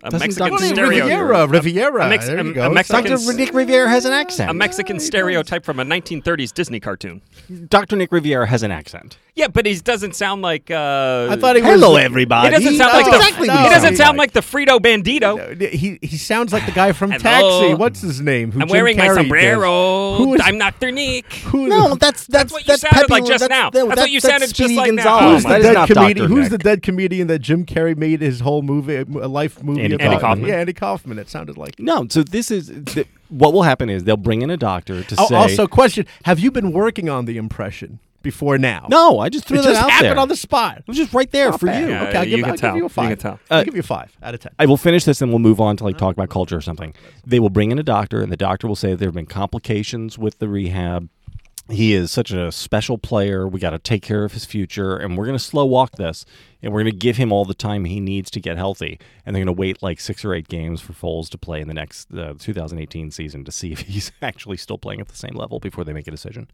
[SPEAKER 5] A
[SPEAKER 6] Doesn't
[SPEAKER 5] Mexican
[SPEAKER 6] Dr. Nick
[SPEAKER 5] stereotype.
[SPEAKER 4] Riviera, Riviera.
[SPEAKER 5] a Mex-
[SPEAKER 4] there you
[SPEAKER 5] a-
[SPEAKER 4] go.
[SPEAKER 5] a Mexican
[SPEAKER 4] Dr.
[SPEAKER 5] s-
[SPEAKER 6] Nick Riviera has an accent.
[SPEAKER 5] A Mexican stereotype from a 1930s Disney cartoon.
[SPEAKER 6] Dr. Nick Riviera has an accent.
[SPEAKER 5] Yeah, but he doesn't sound like. Uh,
[SPEAKER 4] I thought he
[SPEAKER 6] Hello,
[SPEAKER 4] was.
[SPEAKER 6] everybody.
[SPEAKER 5] He doesn't sound
[SPEAKER 6] That's
[SPEAKER 5] like
[SPEAKER 6] exactly
[SPEAKER 5] the,
[SPEAKER 6] what
[SPEAKER 5] He doesn't
[SPEAKER 6] sounds
[SPEAKER 5] sound like the Frito Bandito.
[SPEAKER 4] He he sounds like the guy from
[SPEAKER 5] Hello.
[SPEAKER 4] Taxi. What's his name? Who
[SPEAKER 5] I'm
[SPEAKER 4] Jim
[SPEAKER 5] wearing my
[SPEAKER 4] Carrey does.
[SPEAKER 5] sombrero.
[SPEAKER 4] Who is-
[SPEAKER 5] I'm Dr. Nick.
[SPEAKER 4] Who,
[SPEAKER 6] No, that's
[SPEAKER 5] That's
[SPEAKER 6] that's
[SPEAKER 5] what you sounded like just now. That's what you sounded just
[SPEAKER 6] Speedy
[SPEAKER 5] like now.
[SPEAKER 4] Who's
[SPEAKER 6] Gonzales.
[SPEAKER 4] the
[SPEAKER 5] Oh, my
[SPEAKER 6] That is
[SPEAKER 4] dead
[SPEAKER 6] not
[SPEAKER 4] comedian?
[SPEAKER 6] Dr.
[SPEAKER 4] Who's
[SPEAKER 6] Nick.
[SPEAKER 4] the dead comedian that Jim Carrey made his whole movie, a life movie?
[SPEAKER 6] Andy
[SPEAKER 4] about?
[SPEAKER 5] Kaufman.
[SPEAKER 4] Yeah, Andy Kaufman. It sounded like.
[SPEAKER 6] No, so this is th- what will happen is they'll bring in a doctor to
[SPEAKER 4] Oh,
[SPEAKER 6] say.
[SPEAKER 4] also, question: Have you been working on the impression before now?
[SPEAKER 6] no, I just
[SPEAKER 4] it
[SPEAKER 6] threw that
[SPEAKER 4] just
[SPEAKER 6] out
[SPEAKER 4] happened
[SPEAKER 6] there.
[SPEAKER 4] on the spot.
[SPEAKER 6] it was just right there for you.
[SPEAKER 5] Yeah,
[SPEAKER 4] okay, I'll
[SPEAKER 5] you
[SPEAKER 4] give,
[SPEAKER 5] can
[SPEAKER 4] I'll
[SPEAKER 5] tell.
[SPEAKER 4] give you
[SPEAKER 5] You
[SPEAKER 4] a five.
[SPEAKER 5] can tell.
[SPEAKER 4] I'll
[SPEAKER 6] Uh,
[SPEAKER 4] give you a five out of ten.
[SPEAKER 6] I will finish this and we'll move on to like talk about culture or something. They will bring in a doctor and the doctor will say there have been complications with the rehab. He is such a special player. We got to take care of his future and we're going to slow walk this and we're going to give him all the time he needs to get healthy. And they're going to wait like six or eight games for Foles to play in the next uh, 2018 season to see if he's actually still playing at the same level before they make a decision.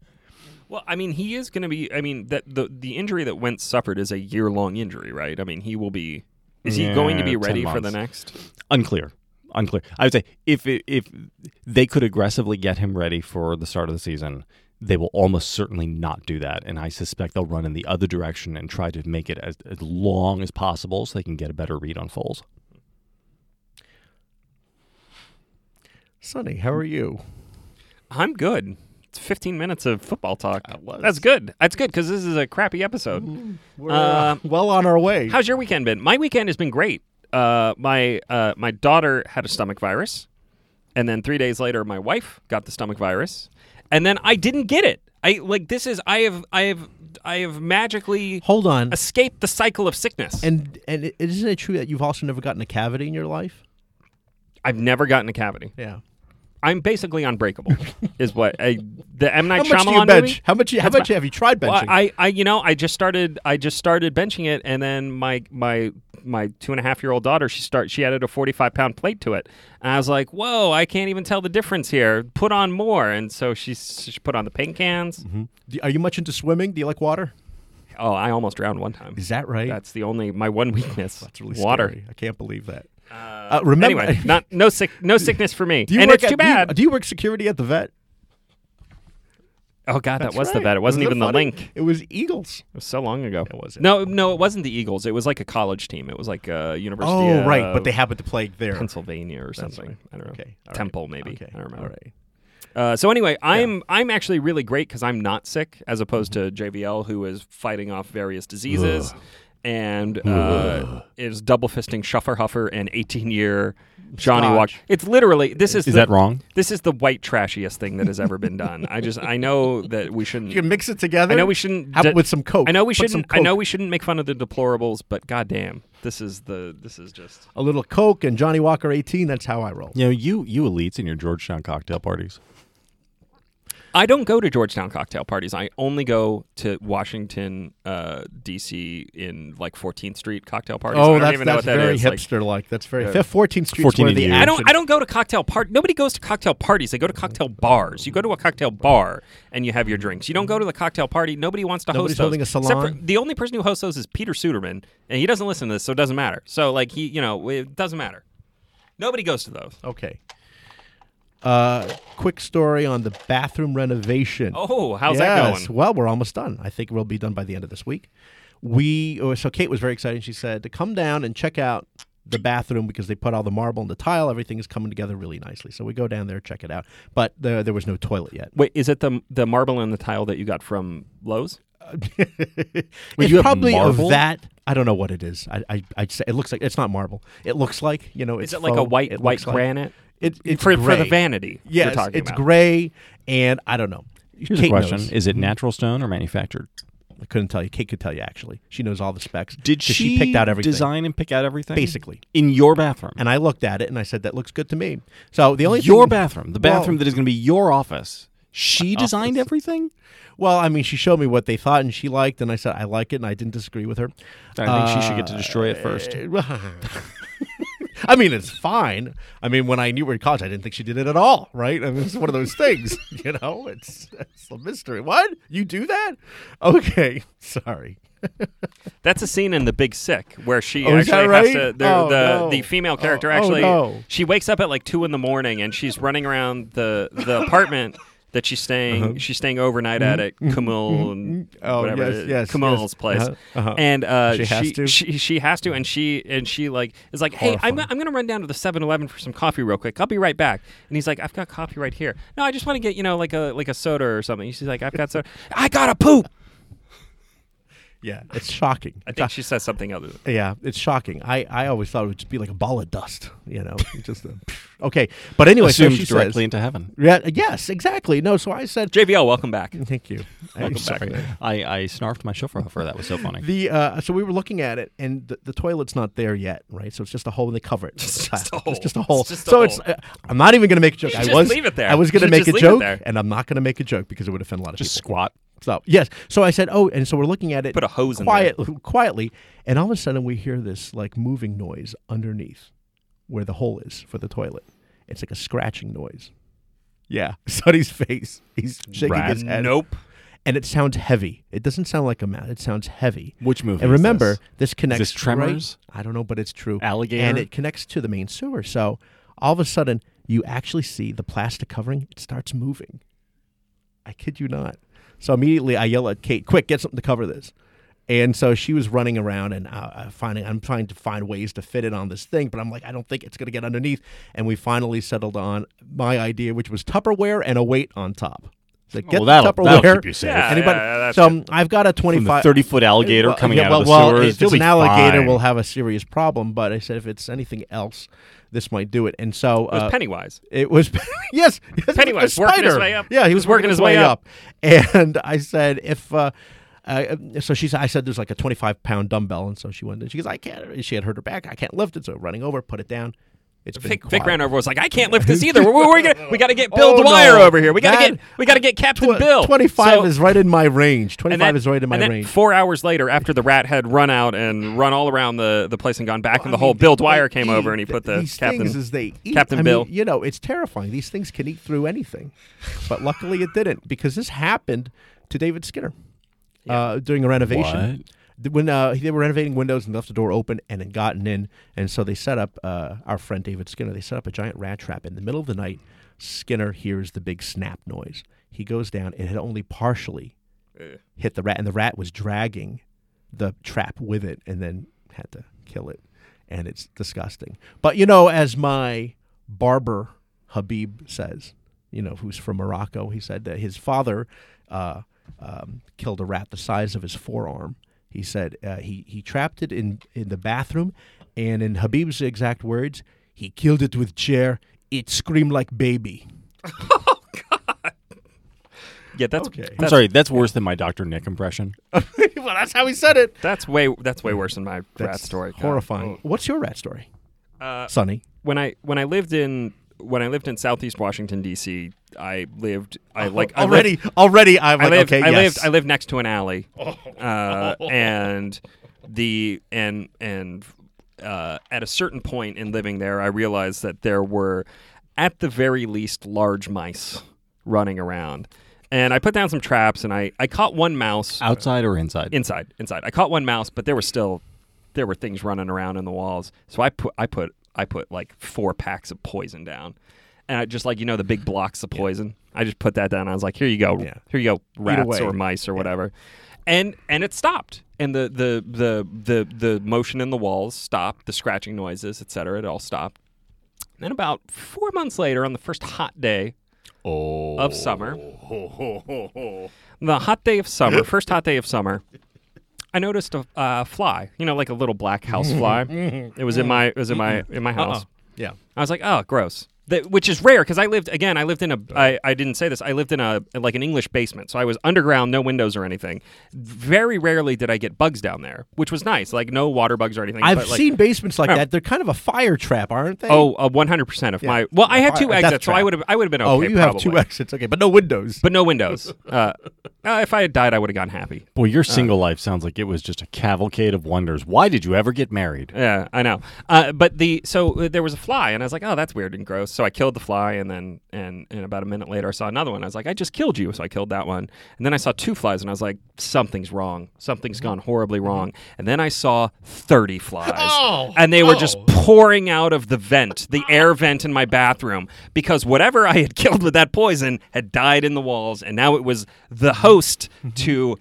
[SPEAKER 5] Well, I mean, he is going to be. I mean, that the the injury that Wentz suffered is a year long injury, right? I mean, he will be. Is he going to
[SPEAKER 6] Yeah,
[SPEAKER 5] be
[SPEAKER 6] 10
[SPEAKER 5] ready for the
[SPEAKER 6] months.
[SPEAKER 5] next?
[SPEAKER 6] Unclear. Unclear. I would say if if they could aggressively get him ready for the start of the season, they will almost certainly not do that, and I suspect they'll run in the other direction and try to make it as, as long as possible so they can get a better read on Foles.
[SPEAKER 4] Sonny, how are you?
[SPEAKER 5] I'm good. It's 15 minutes of football talk. That's good. That's good because this is a crappy episode.
[SPEAKER 4] We're
[SPEAKER 5] Uh,
[SPEAKER 4] well on our way.
[SPEAKER 5] How's your weekend been? My weekend has been great. Uh, my uh, my daughter had a stomach virus, and then three days later, my wife got the stomach virus, and then I didn't get it. I like this is I have I have I have magically
[SPEAKER 4] Hold on.
[SPEAKER 5] escaped the cycle of sickness.
[SPEAKER 4] And and i- isn't it true that you've also never gotten a cavity in your life?
[SPEAKER 5] I've never gotten a cavity.
[SPEAKER 4] Yeah.
[SPEAKER 5] I'm basically unbreakable, is what I, the M Night
[SPEAKER 4] How much do you
[SPEAKER 5] Shyamalan
[SPEAKER 4] bench?
[SPEAKER 5] movie.
[SPEAKER 4] How much? You, how
[SPEAKER 5] That's
[SPEAKER 4] much have you tried benching?
[SPEAKER 5] Well, I, I, you know, I just started. I just started benching it, and then my my my two and a half year old daughter, she start she added a forty five pound plate to it, and I was like, whoa, I can't even tell the difference here. Put on more, and so she s- she put on the paint cans.
[SPEAKER 4] Do- Are you much into swimming? Do you like water?
[SPEAKER 5] Oh, I almost drowned one time.
[SPEAKER 4] Is that right?
[SPEAKER 5] That's the only my one weakness. That's
[SPEAKER 4] really
[SPEAKER 5] water.
[SPEAKER 4] scary. I can't believe that. Uh, remember,
[SPEAKER 5] Anyway, not no sick no sickness for me,
[SPEAKER 4] do you
[SPEAKER 5] and
[SPEAKER 4] work
[SPEAKER 5] it's
[SPEAKER 4] at-
[SPEAKER 5] too
[SPEAKER 4] do you-
[SPEAKER 5] bad.
[SPEAKER 4] Do you, work security at the vet?
[SPEAKER 5] oh God, that was the
[SPEAKER 4] right.
[SPEAKER 5] vet. It wasn't
[SPEAKER 4] Isn't
[SPEAKER 5] even the
[SPEAKER 4] funny?
[SPEAKER 5] link.
[SPEAKER 4] It was Eagles.
[SPEAKER 5] It was so long ago. It
[SPEAKER 4] was it?
[SPEAKER 5] No, no, it wasn't the Eagles. It was like a college team. It was like a university.
[SPEAKER 4] Oh, right.
[SPEAKER 5] uh,
[SPEAKER 4] But they happened to play there.
[SPEAKER 5] Pennsylvania or something.
[SPEAKER 4] right.
[SPEAKER 5] I don't know.
[SPEAKER 4] Okay. All right.
[SPEAKER 5] Temple maybe.
[SPEAKER 4] Okay.
[SPEAKER 5] I don't remember.
[SPEAKER 4] All right.
[SPEAKER 5] Uh, so anyway, I'm I'm actually really great because I'm not sick, as opposed to JVL, who is fighting off various diseases and uh, is double fisting Schufferhuffer and 18 year Johnny Walk. It's literally this is
[SPEAKER 6] Is
[SPEAKER 5] the-
[SPEAKER 6] that wrong?
[SPEAKER 5] This is the white trashiest thing that has ever been done. I just I know that we shouldn't.
[SPEAKER 4] You can mix it together.
[SPEAKER 5] I know we shouldn't.
[SPEAKER 4] How-
[SPEAKER 5] de-
[SPEAKER 4] with some coke.
[SPEAKER 5] I know we
[SPEAKER 4] Put
[SPEAKER 5] shouldn't.
[SPEAKER 4] some
[SPEAKER 5] I know
[SPEAKER 4] Coke.
[SPEAKER 5] we shouldn't make fun of the deplorables, but goddamn, this is the this is just.
[SPEAKER 4] a little Coke and Johnny Walker 18. That's how I roll.
[SPEAKER 6] You know, you you elites and your Georgetown cocktail parties.
[SPEAKER 5] I don't go to Georgetown cocktail parties. I only go to Washington, uh, D.C. in like 14th Street cocktail parties. I
[SPEAKER 4] Oh,
[SPEAKER 5] don't
[SPEAKER 4] that's,
[SPEAKER 5] even know
[SPEAKER 4] that's
[SPEAKER 5] what that
[SPEAKER 4] very
[SPEAKER 5] is. Like, uh,
[SPEAKER 4] hipster like. That's very Fifth- 14th Street.
[SPEAKER 6] 14th
[SPEAKER 4] where the
[SPEAKER 6] and you.
[SPEAKER 5] I don't.
[SPEAKER 4] action-
[SPEAKER 5] I don't go to cocktail part. Nobody goes to cocktail parties. They go to cocktail bars. You go to a cocktail bar and you have your drinks. You don't go to the cocktail party. Nobody wants to
[SPEAKER 4] Nobody's
[SPEAKER 5] host those.
[SPEAKER 4] holding a
[SPEAKER 5] Except
[SPEAKER 4] salon.
[SPEAKER 5] for, the only person who hosts those is Peter Suderman, and he doesn't listen to this, so it doesn't matter. So like he, you know, it doesn't matter. Nobody goes to those.
[SPEAKER 4] Okay. Uh, quick story on the bathroom renovation.
[SPEAKER 5] Oh, how's that
[SPEAKER 4] yes.
[SPEAKER 5] going?
[SPEAKER 4] Well, we're almost done. I think we'll be done by the end of this week. We oh, so Kate was very excited. She said to come down and check out the bathroom because they put all the marble and the tile. Everything is coming together really nicely. So we go down there check it out. But there, there was no toilet yet.
[SPEAKER 5] Wait, is it the the marble and the tile that you got from Lowe's?
[SPEAKER 4] it's
[SPEAKER 6] you have
[SPEAKER 4] probably
[SPEAKER 6] marble?
[SPEAKER 4] of that. I don't know what it is. I, I I'd say it looks like it's not marble. It looks like you know. It's
[SPEAKER 5] Is it like a
[SPEAKER 4] faux.
[SPEAKER 5] white
[SPEAKER 4] It
[SPEAKER 5] white
[SPEAKER 4] looks like-
[SPEAKER 5] granite?
[SPEAKER 4] It, it's
[SPEAKER 5] for, for the
[SPEAKER 4] gray.
[SPEAKER 5] vanity.
[SPEAKER 4] Yes,
[SPEAKER 5] you're talking
[SPEAKER 4] it's
[SPEAKER 5] about.
[SPEAKER 4] gray, and I don't know.
[SPEAKER 6] Here's
[SPEAKER 4] Kate
[SPEAKER 6] a question:
[SPEAKER 4] knows.
[SPEAKER 6] Is it natural stone or manufactured?
[SPEAKER 4] I couldn't tell you. Kate could tell you actually. She knows all the specs.
[SPEAKER 6] Did
[SPEAKER 4] 'cause she, picked out everything?
[SPEAKER 6] design and pick out everything?
[SPEAKER 4] Basically.
[SPEAKER 6] in your bathroom.
[SPEAKER 4] And I looked at it and I said, "That looks good to me." So the only
[SPEAKER 6] your
[SPEAKER 4] thing-
[SPEAKER 6] bathroom, the bathroom
[SPEAKER 4] Well-
[SPEAKER 6] that is going to be your office. She designed everything.
[SPEAKER 4] Well, I mean, she showed me what they thought and she liked, and I said I like it, and I didn't disagree with her.
[SPEAKER 6] I think she should get to destroy it first.
[SPEAKER 4] Eh, I mean, it's fine. I mean, when I knew we were in college, I didn't think she did it at all, right? I mean, it's one of those things, you know? It's, it's a mystery. What? You do that? Okay. Sorry.
[SPEAKER 5] That's a scene in The Big Sick where she
[SPEAKER 4] Oh, is that
[SPEAKER 5] actually has
[SPEAKER 4] right?
[SPEAKER 5] to. The,
[SPEAKER 4] Oh,
[SPEAKER 5] the,
[SPEAKER 4] no.
[SPEAKER 5] the female character
[SPEAKER 4] Oh, oh,
[SPEAKER 5] actually.
[SPEAKER 4] no.
[SPEAKER 5] She wakes up at like two in the morning and she's running around the the apartment that she's staying.
[SPEAKER 4] Uh-huh.
[SPEAKER 5] She's staying overnight at at Camille and
[SPEAKER 4] Mm-hmm. Oh,
[SPEAKER 5] whatever
[SPEAKER 4] yes,
[SPEAKER 5] it is,
[SPEAKER 4] yes,
[SPEAKER 5] Camille's
[SPEAKER 4] yes.
[SPEAKER 5] place.
[SPEAKER 4] Uh-huh, uh-huh.
[SPEAKER 5] And uh,
[SPEAKER 4] She has to?
[SPEAKER 5] She, she has to, and she and she like is like, hey, I'm, I'm gonna run down to the 7-Eleven for some coffee real quick. I'll be right back. And he's like, I've got coffee right here. No, I just want to get you know like a like a soda or something. She's like, I've got soda. I gotta poop.
[SPEAKER 4] Yeah. It's shocking.
[SPEAKER 5] I think she says something other. Than,
[SPEAKER 4] Yeah, it's shocking. I, I always thought it would just be like a ball of dust, you know, just a, okay. But anyway, so
[SPEAKER 6] Assumed
[SPEAKER 4] she
[SPEAKER 6] directly
[SPEAKER 4] says,
[SPEAKER 6] into heaven.
[SPEAKER 4] yeah, yes, exactly. No, so I said,
[SPEAKER 5] JVL, welcome back.
[SPEAKER 4] thank you. I'm sorry.
[SPEAKER 6] I, I snarfed my shofar. That was so funny.
[SPEAKER 4] The uh, so we were looking at it, and the, the toilet's not there yet, right? So it's just a hole in the cover. It's, just,
[SPEAKER 5] a hole.
[SPEAKER 4] It's just a hole.
[SPEAKER 5] It's just a
[SPEAKER 4] so it's.
[SPEAKER 5] hole.
[SPEAKER 4] Uh, I'm not even going to make a joke.
[SPEAKER 5] You
[SPEAKER 4] I
[SPEAKER 5] just
[SPEAKER 4] was.
[SPEAKER 5] leave it there.
[SPEAKER 4] I was going
[SPEAKER 5] You
[SPEAKER 4] to make
[SPEAKER 5] just
[SPEAKER 4] a
[SPEAKER 5] leave it
[SPEAKER 4] joke,
[SPEAKER 5] there.
[SPEAKER 4] and I'm not going to make a joke because it would offend a lot of
[SPEAKER 6] Just
[SPEAKER 4] people.
[SPEAKER 6] squat.
[SPEAKER 4] So yes, so I said, oh, and so we're looking at it.
[SPEAKER 5] Put a hose in
[SPEAKER 4] quiet, quietly, and all of a sudden we hear this like moving noise underneath where the hole is for the toilet. It's like a scratching noise. Yeah, Sonny's face. He's shaking his head.
[SPEAKER 5] Nope.
[SPEAKER 4] and it sounds heavy. It doesn't sound like a mouse. It sounds heavy.
[SPEAKER 6] Which movie
[SPEAKER 4] And
[SPEAKER 6] is
[SPEAKER 4] remember,
[SPEAKER 6] this?
[SPEAKER 4] this, connects.
[SPEAKER 6] this Tremors?
[SPEAKER 4] right- I don't know, but it's true.
[SPEAKER 6] Alligator?
[SPEAKER 4] And it connects to the main sewer. So all of a sudden, you actually see the plastic covering. It starts moving. I kid you not. So immediately, I yell at Kate, "Quick, get something to cover this." And so she was running around and uh, finding. I'm trying to find ways to fit it on this thing, but I'm like, I don't think it's going to get underneath. And we finally settled on my idea, which was Tupperware and a weight on top. So get
[SPEAKER 6] well,
[SPEAKER 4] the
[SPEAKER 6] that'll-
[SPEAKER 4] Tupperware.
[SPEAKER 6] that'll keep you safe.
[SPEAKER 5] Yeah,
[SPEAKER 4] Anybody?
[SPEAKER 5] yeah, that's
[SPEAKER 4] so um, I've got a
[SPEAKER 6] From the
[SPEAKER 4] 25
[SPEAKER 6] thirty-foot alligator
[SPEAKER 4] well,
[SPEAKER 6] coming
[SPEAKER 4] yeah,
[SPEAKER 6] out
[SPEAKER 4] well,
[SPEAKER 6] of the
[SPEAKER 4] well,
[SPEAKER 6] sewers.
[SPEAKER 4] If it's an alligator,
[SPEAKER 6] fine.
[SPEAKER 4] we'll have a serious problem. But I said if it's anything else, this might do it. And so
[SPEAKER 5] It was
[SPEAKER 4] uh,
[SPEAKER 5] Pennywise.
[SPEAKER 4] it was yes, yes, it
[SPEAKER 5] Pennywise
[SPEAKER 4] was a
[SPEAKER 5] working his
[SPEAKER 4] spider.
[SPEAKER 5] way up.
[SPEAKER 4] Yeah, he
[SPEAKER 5] He
[SPEAKER 4] was, working his way up. And I said if. Uh, uh, so she said, I said there's like a 25 pound dumbbell, and so she went. And she goes, I can't. She had hurt her back. I can't lift it. So running over, put it down. It's been
[SPEAKER 5] Vic, Vic
[SPEAKER 4] quiet.
[SPEAKER 5] ran over was like, I can't lift this either. we we gotta, we got to get Bill
[SPEAKER 4] Oh,
[SPEAKER 5] Dwyer
[SPEAKER 4] no.
[SPEAKER 5] over here. We got to
[SPEAKER 4] That-
[SPEAKER 5] get we got to get Captain
[SPEAKER 4] Tw-
[SPEAKER 5] Bill.
[SPEAKER 4] 25
[SPEAKER 5] So-
[SPEAKER 4] is right in my range. 25
[SPEAKER 5] and that-
[SPEAKER 4] is right in my
[SPEAKER 5] and then
[SPEAKER 4] range.
[SPEAKER 5] Four hours later, after the rat had run out and run all around the, the place and gone back in the hole, Bill Dwyer
[SPEAKER 4] they
[SPEAKER 5] came over
[SPEAKER 4] eat.
[SPEAKER 5] and he put the
[SPEAKER 4] Th- these
[SPEAKER 5] captain.
[SPEAKER 4] things as they eat.
[SPEAKER 5] Captain
[SPEAKER 4] I mean,
[SPEAKER 5] Bill.
[SPEAKER 4] you know, it's terrifying. These things can eat through anything, but luckily it didn't because this happened to David Skinner uh, during a renovation. Th- When uh, they were renovating windows and left the door open and had gotten in, and so they set up uh, our friend David Skinner. They set up a giant rat trap in the middle of the night. Skinner hears the big snap noise. He goes down. It had only partially hit the rat, and the rat was dragging the trap with it, and then had to kill it, and it's disgusting. But you know, as my barber Habib says, you know, who's from Morocco, he said that his father uh, um, killed a rat the size of his forearm. He said uh, he he trapped it in in the bathroom, and in Habib's exact words, he killed it with chair. It screamed like baby.
[SPEAKER 5] yeah, that's
[SPEAKER 6] I'm
[SPEAKER 5] that's,
[SPEAKER 6] sorry, that's worse than my Doctor Nick impression.
[SPEAKER 4] well, that's how he said it.
[SPEAKER 5] that's way that's way worse than my rat story. Uh, Oh. God.
[SPEAKER 4] Horrifying. What's your rat story,
[SPEAKER 5] Uh,
[SPEAKER 4] Sonny?
[SPEAKER 5] when I when I lived in when I lived in Southeast Washington D.C., I lived I like I
[SPEAKER 4] Uh,
[SPEAKER 5] lived-
[SPEAKER 4] already, already, I'm
[SPEAKER 5] I
[SPEAKER 4] like,
[SPEAKER 5] lived,
[SPEAKER 4] okay,
[SPEAKER 5] I
[SPEAKER 4] yes.
[SPEAKER 5] lived I lived next to an alley, uh, and the and and uh, at a certain point in living there, I realized that there were, at the very least, large mice running around, and I put down some traps, and I I caught one mouse
[SPEAKER 6] Outside or inside?
[SPEAKER 5] inside inside. I caught one mouse, but there were still there were things running around in the walls, so I put I put I put like four packs of poison down. And I just like you know the big blocks of poison. I just put that down. I was like, here you go,
[SPEAKER 4] Yeah.
[SPEAKER 5] here you go, rats
[SPEAKER 4] away.
[SPEAKER 5] or mice or whatever. And and it stopped. And the the the the the motion in the walls stopped. The scratching noises, etc. It all stopped. And then about four months later, on the first hot day
[SPEAKER 4] Oh.
[SPEAKER 5] of summer, the hot day of summer, first hot day of summer, I noticed a uh, fly. You know, like a little black house fly. it was in my it was in my in my house.
[SPEAKER 4] Uh-uh. yeah.
[SPEAKER 5] I was like, oh, gross. That, which is rare because I lived again. I lived in a. I, I didn't say this. I lived in a like an English basement, so I was underground, no windows or anything. Very rarely did I get bugs down there, which was nice. Like no water bugs or anything.
[SPEAKER 4] I've
[SPEAKER 5] but, like,
[SPEAKER 4] seen basements like that. They're kind of a fire trap, aren't they?
[SPEAKER 5] Oh, uh, 100% of my. Well, I had
[SPEAKER 4] Fire-
[SPEAKER 5] two
[SPEAKER 4] death
[SPEAKER 5] exits, so I
[SPEAKER 4] trap.
[SPEAKER 5] would have. I would have been okay.
[SPEAKER 4] oh, you have
[SPEAKER 5] probably.
[SPEAKER 4] two exits, okay, but no windows.
[SPEAKER 5] but no windows. Uh, uh, if I had died, I would have gone happy.
[SPEAKER 6] Boy,
[SPEAKER 4] Uh.
[SPEAKER 6] your single life sounds like it was just a cavalcade of wonders. Why did you ever get married?
[SPEAKER 5] Yeah, I know. Uh, but the so uh, there was a fly, and I was like, "Oh, that's weird and gross." So I killed the fly, and then and and about a minute later, I saw another one. I was like, "I just killed you," so I killed that one, and then I saw two flies, and I was like, "Something's wrong. Something's gone horribly wrong." And then I saw thirty flies, and they were just pouring out of the vent, the air vent in my bathroom, because whatever I had killed with that poison had died in the walls, and now it was the host to.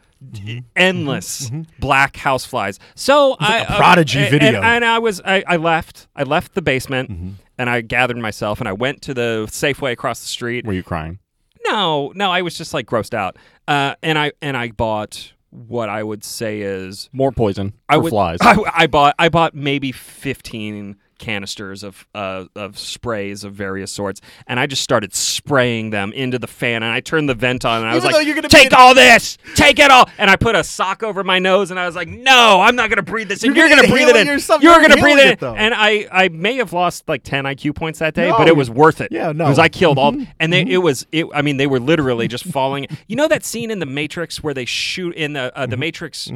[SPEAKER 5] Endless black houseflies. So I uh,
[SPEAKER 4] a Prodigy
[SPEAKER 5] and-
[SPEAKER 4] video. Mm-hmm.
[SPEAKER 5] and and I was I, I left I left the basement and I gathered myself and I went to the Safeway across the street.
[SPEAKER 6] Were you crying?
[SPEAKER 5] No, no, I was just like grossed out. Uh, and I and I bought what I would say is
[SPEAKER 6] More poison
[SPEAKER 5] I
[SPEAKER 6] for
[SPEAKER 5] would,
[SPEAKER 6] flies.
[SPEAKER 5] I, I bought I bought maybe fifteen canisters of uh, of sprays of various sorts, and I just started spraying them into the fan. And I turned the vent on, and I was
[SPEAKER 4] Even though
[SPEAKER 5] like,
[SPEAKER 4] you're gonna be
[SPEAKER 5] "Take
[SPEAKER 4] in-
[SPEAKER 5] all this, take it all!" And I put a sock over my nose, and I was like, "No, I'm not gonna breathe this in.
[SPEAKER 4] You're
[SPEAKER 5] You're,
[SPEAKER 4] gonna
[SPEAKER 5] gonna, breathe
[SPEAKER 4] inhale
[SPEAKER 5] it in.
[SPEAKER 4] it yourself.
[SPEAKER 5] You're,
[SPEAKER 4] You're
[SPEAKER 5] gonna breathe
[SPEAKER 4] inhaling
[SPEAKER 5] it,
[SPEAKER 4] it, though.
[SPEAKER 5] in." And I I may have lost like ten IQ points that day,
[SPEAKER 4] No,
[SPEAKER 5] but it was worth it.
[SPEAKER 4] Yeah, no.
[SPEAKER 5] because I killed all, and they, it was it. I mean, they were literally just falling. You know that scene in the Matrix where they shoot in the uh, the Matrix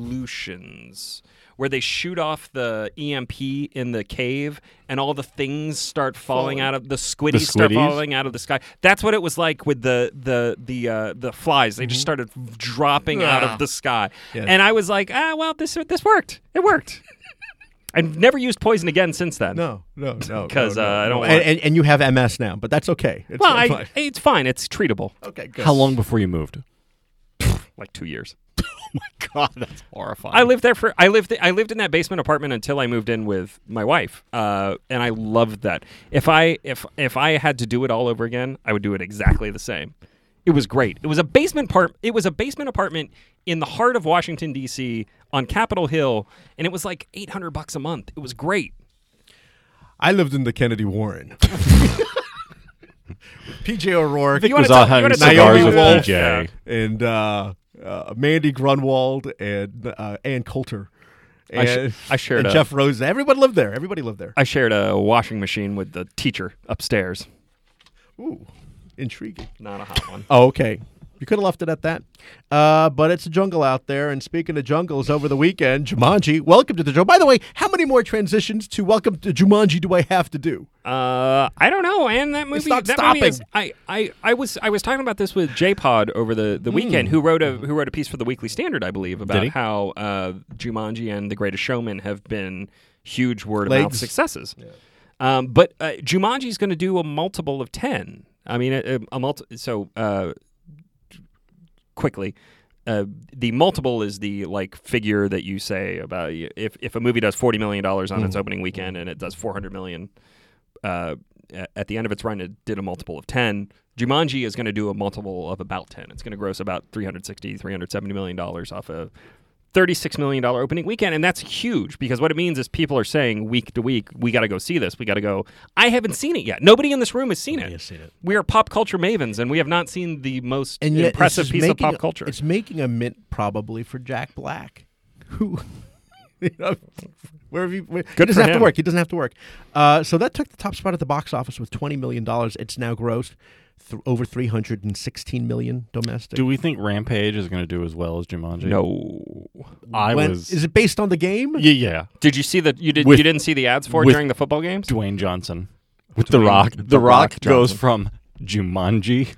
[SPEAKER 5] Revolutions. Where they shoot off the EMP in the cave and all the things start falling out of the squiddies, start
[SPEAKER 6] squiddies?
[SPEAKER 5] falling out of the sky. That's what it was like with the the the uh, the flies. They just started dropping out of the sky, and I was like, ah, well, this this worked. It worked. I've never used poison again since then.
[SPEAKER 4] no, no, no.
[SPEAKER 5] 'Cause,
[SPEAKER 4] no, no,
[SPEAKER 5] uh, I don't
[SPEAKER 4] no.
[SPEAKER 5] want-
[SPEAKER 4] And, and, and you have MS now, but that's okay. It's
[SPEAKER 5] Well,
[SPEAKER 4] fine. Oh.
[SPEAKER 5] I, it's fine. It's treatable.
[SPEAKER 4] okay, good.
[SPEAKER 6] How long before you moved?
[SPEAKER 5] Like two years.
[SPEAKER 6] God, that's horrifying.
[SPEAKER 5] I lived there for. I lived. I lived in that basement apartment until I moved in with my wife, uh, and I loved that. If I if if I had to do it all over again, I would do it exactly the same. It was great. It was a basement part. It was a basement apartment in the heart of Washington D.C. on Capitol Hill, and it was like eight hundred bucks a month. It was great.
[SPEAKER 4] I lived in the Kennedy Warren. PJ O'Rourke.
[SPEAKER 5] You wanna
[SPEAKER 6] was
[SPEAKER 5] tell-
[SPEAKER 6] out
[SPEAKER 5] you
[SPEAKER 6] having
[SPEAKER 5] wanna tell
[SPEAKER 6] cigars
[SPEAKER 5] me
[SPEAKER 6] with
[SPEAKER 5] what-
[SPEAKER 6] PJ.
[SPEAKER 5] Yeah.
[SPEAKER 4] and uh, uh, Mandy Grunwald and uh, Ann Coulter.
[SPEAKER 5] I sh-
[SPEAKER 4] And,
[SPEAKER 5] I shared
[SPEAKER 4] and
[SPEAKER 5] a-
[SPEAKER 4] Jeff Rose. Everybody lived there. Everybody lived there.
[SPEAKER 5] I shared a washing machine with the teacher upstairs.
[SPEAKER 4] Ooh, intriguing.
[SPEAKER 5] Not a hot one.
[SPEAKER 4] Oh, okay. You could have left it at that. Uh, but it's a jungle out there. And speaking of jungles, over the weekend, Jumanji, welcome to the show. By the way, how many more transitions to welcome to Jumanji do I have to do?
[SPEAKER 5] Uh, I don't know, and that movie.
[SPEAKER 4] not
[SPEAKER 5] that
[SPEAKER 4] stopping.
[SPEAKER 5] movie is. I, I, I was I was talking about this with J Pod over the, the weekend,
[SPEAKER 4] Hmm.
[SPEAKER 5] who wrote a who wrote a piece for the Weekly Standard, I believe, about
[SPEAKER 6] he?
[SPEAKER 5] how uh, Jumanji and The Greatest Showman have been huge word of mouth
[SPEAKER 4] Legs.
[SPEAKER 5] successes. Um, but uh, Jumanji's going to do a multiple of ten. I mean, a, a, a multi. So uh, quickly. Uh, the multiple is the like figure that you say about if if a movie does forty million dollars on
[SPEAKER 4] Hmm.
[SPEAKER 5] its opening weekend and it does four hundred million uh, a- at the end of its run, it did a multiple of 10. Jumanji is going to do a multiple of about 10. It's going to gross about 360, 370 million dollars off a 36 million dollar opening weekend, and that's huge because what it means is people are saying week to week, we got to go see this. We got to go. I haven't seen it yet. Nobody in this room has seen it.
[SPEAKER 4] seen it.
[SPEAKER 5] We are pop culture mavens, and we have not seen the most
[SPEAKER 4] And yet,
[SPEAKER 5] impressive
[SPEAKER 4] this is
[SPEAKER 5] piece of
[SPEAKER 4] making-
[SPEAKER 5] pop culture.
[SPEAKER 4] It's making a mint probably for Jack Black, who you know, wherever you, where,
[SPEAKER 5] Good
[SPEAKER 4] he doesn't
[SPEAKER 5] for
[SPEAKER 4] have
[SPEAKER 5] him.
[SPEAKER 4] to work. He doesn't have to work. Uh, so that took the top spot at the box office with twenty million dollars. It's now grossed th- over three hundred and sixteen million domestic.
[SPEAKER 7] Do we think Rampage is going to do as well as Jumanji?
[SPEAKER 5] No.
[SPEAKER 7] I
[SPEAKER 4] When-
[SPEAKER 7] was.
[SPEAKER 4] Is it based on the game?
[SPEAKER 7] yeah, yeah.
[SPEAKER 5] Did you see the you did
[SPEAKER 7] With-
[SPEAKER 5] you didn't see the ads for it
[SPEAKER 7] with-
[SPEAKER 5] during the football games?
[SPEAKER 7] Dwayne Johnson with The Rock. The,
[SPEAKER 5] The
[SPEAKER 7] Rock,
[SPEAKER 5] Rock
[SPEAKER 7] goes
[SPEAKER 5] Johnson. Ah,
[SPEAKER 7] from Jumanji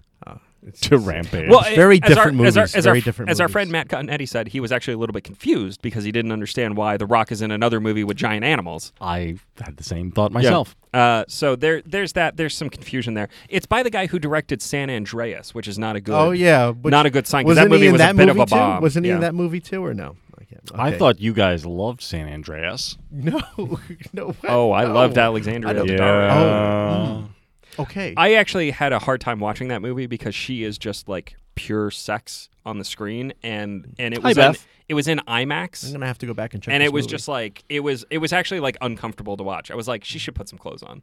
[SPEAKER 7] to Rampage.
[SPEAKER 5] Well,
[SPEAKER 4] It's very
[SPEAKER 5] as
[SPEAKER 4] different
[SPEAKER 5] our,
[SPEAKER 4] movies,
[SPEAKER 5] As our, as our-
[SPEAKER 4] very different
[SPEAKER 5] as our
[SPEAKER 4] movies.
[SPEAKER 5] friend Matt Cottonetti said, he was actually a little bit confused because he didn't understand why The Rock is in another movie with giant animals.
[SPEAKER 7] I had the same thought myself.
[SPEAKER 5] Uh, so there, there's that. There's some confusion there. It's by the guy who directed San Andreas, which is not a good.
[SPEAKER 4] Oh yeah, which-
[SPEAKER 5] not a good sign. 'cause
[SPEAKER 4] Wasn't
[SPEAKER 5] that movie
[SPEAKER 4] he in
[SPEAKER 5] was
[SPEAKER 4] that
[SPEAKER 5] a bit of
[SPEAKER 4] movie
[SPEAKER 5] a bomb.
[SPEAKER 4] Too? Wasn't he
[SPEAKER 5] Yeah.
[SPEAKER 4] in that movie too, or no? I, can't,
[SPEAKER 7] I
[SPEAKER 4] okay.
[SPEAKER 7] thought you guys loved San Andreas.
[SPEAKER 4] no, no. Way.
[SPEAKER 5] Oh, I loved Alexandria.
[SPEAKER 4] don't-
[SPEAKER 5] Daddario.
[SPEAKER 7] Mm.
[SPEAKER 4] Oh. Okay.
[SPEAKER 5] I actually had a hard time watching that movie because she is just like pure sex on the screen, and and it
[SPEAKER 7] Hi,
[SPEAKER 5] was in,
[SPEAKER 7] Beth.
[SPEAKER 5] it was in IMAX.
[SPEAKER 4] I'm gonna have to go back and check.
[SPEAKER 5] and
[SPEAKER 4] this
[SPEAKER 5] it was
[SPEAKER 4] movie.
[SPEAKER 5] just like it was it was actually like uncomfortable to watch. I was like, she should put some clothes on.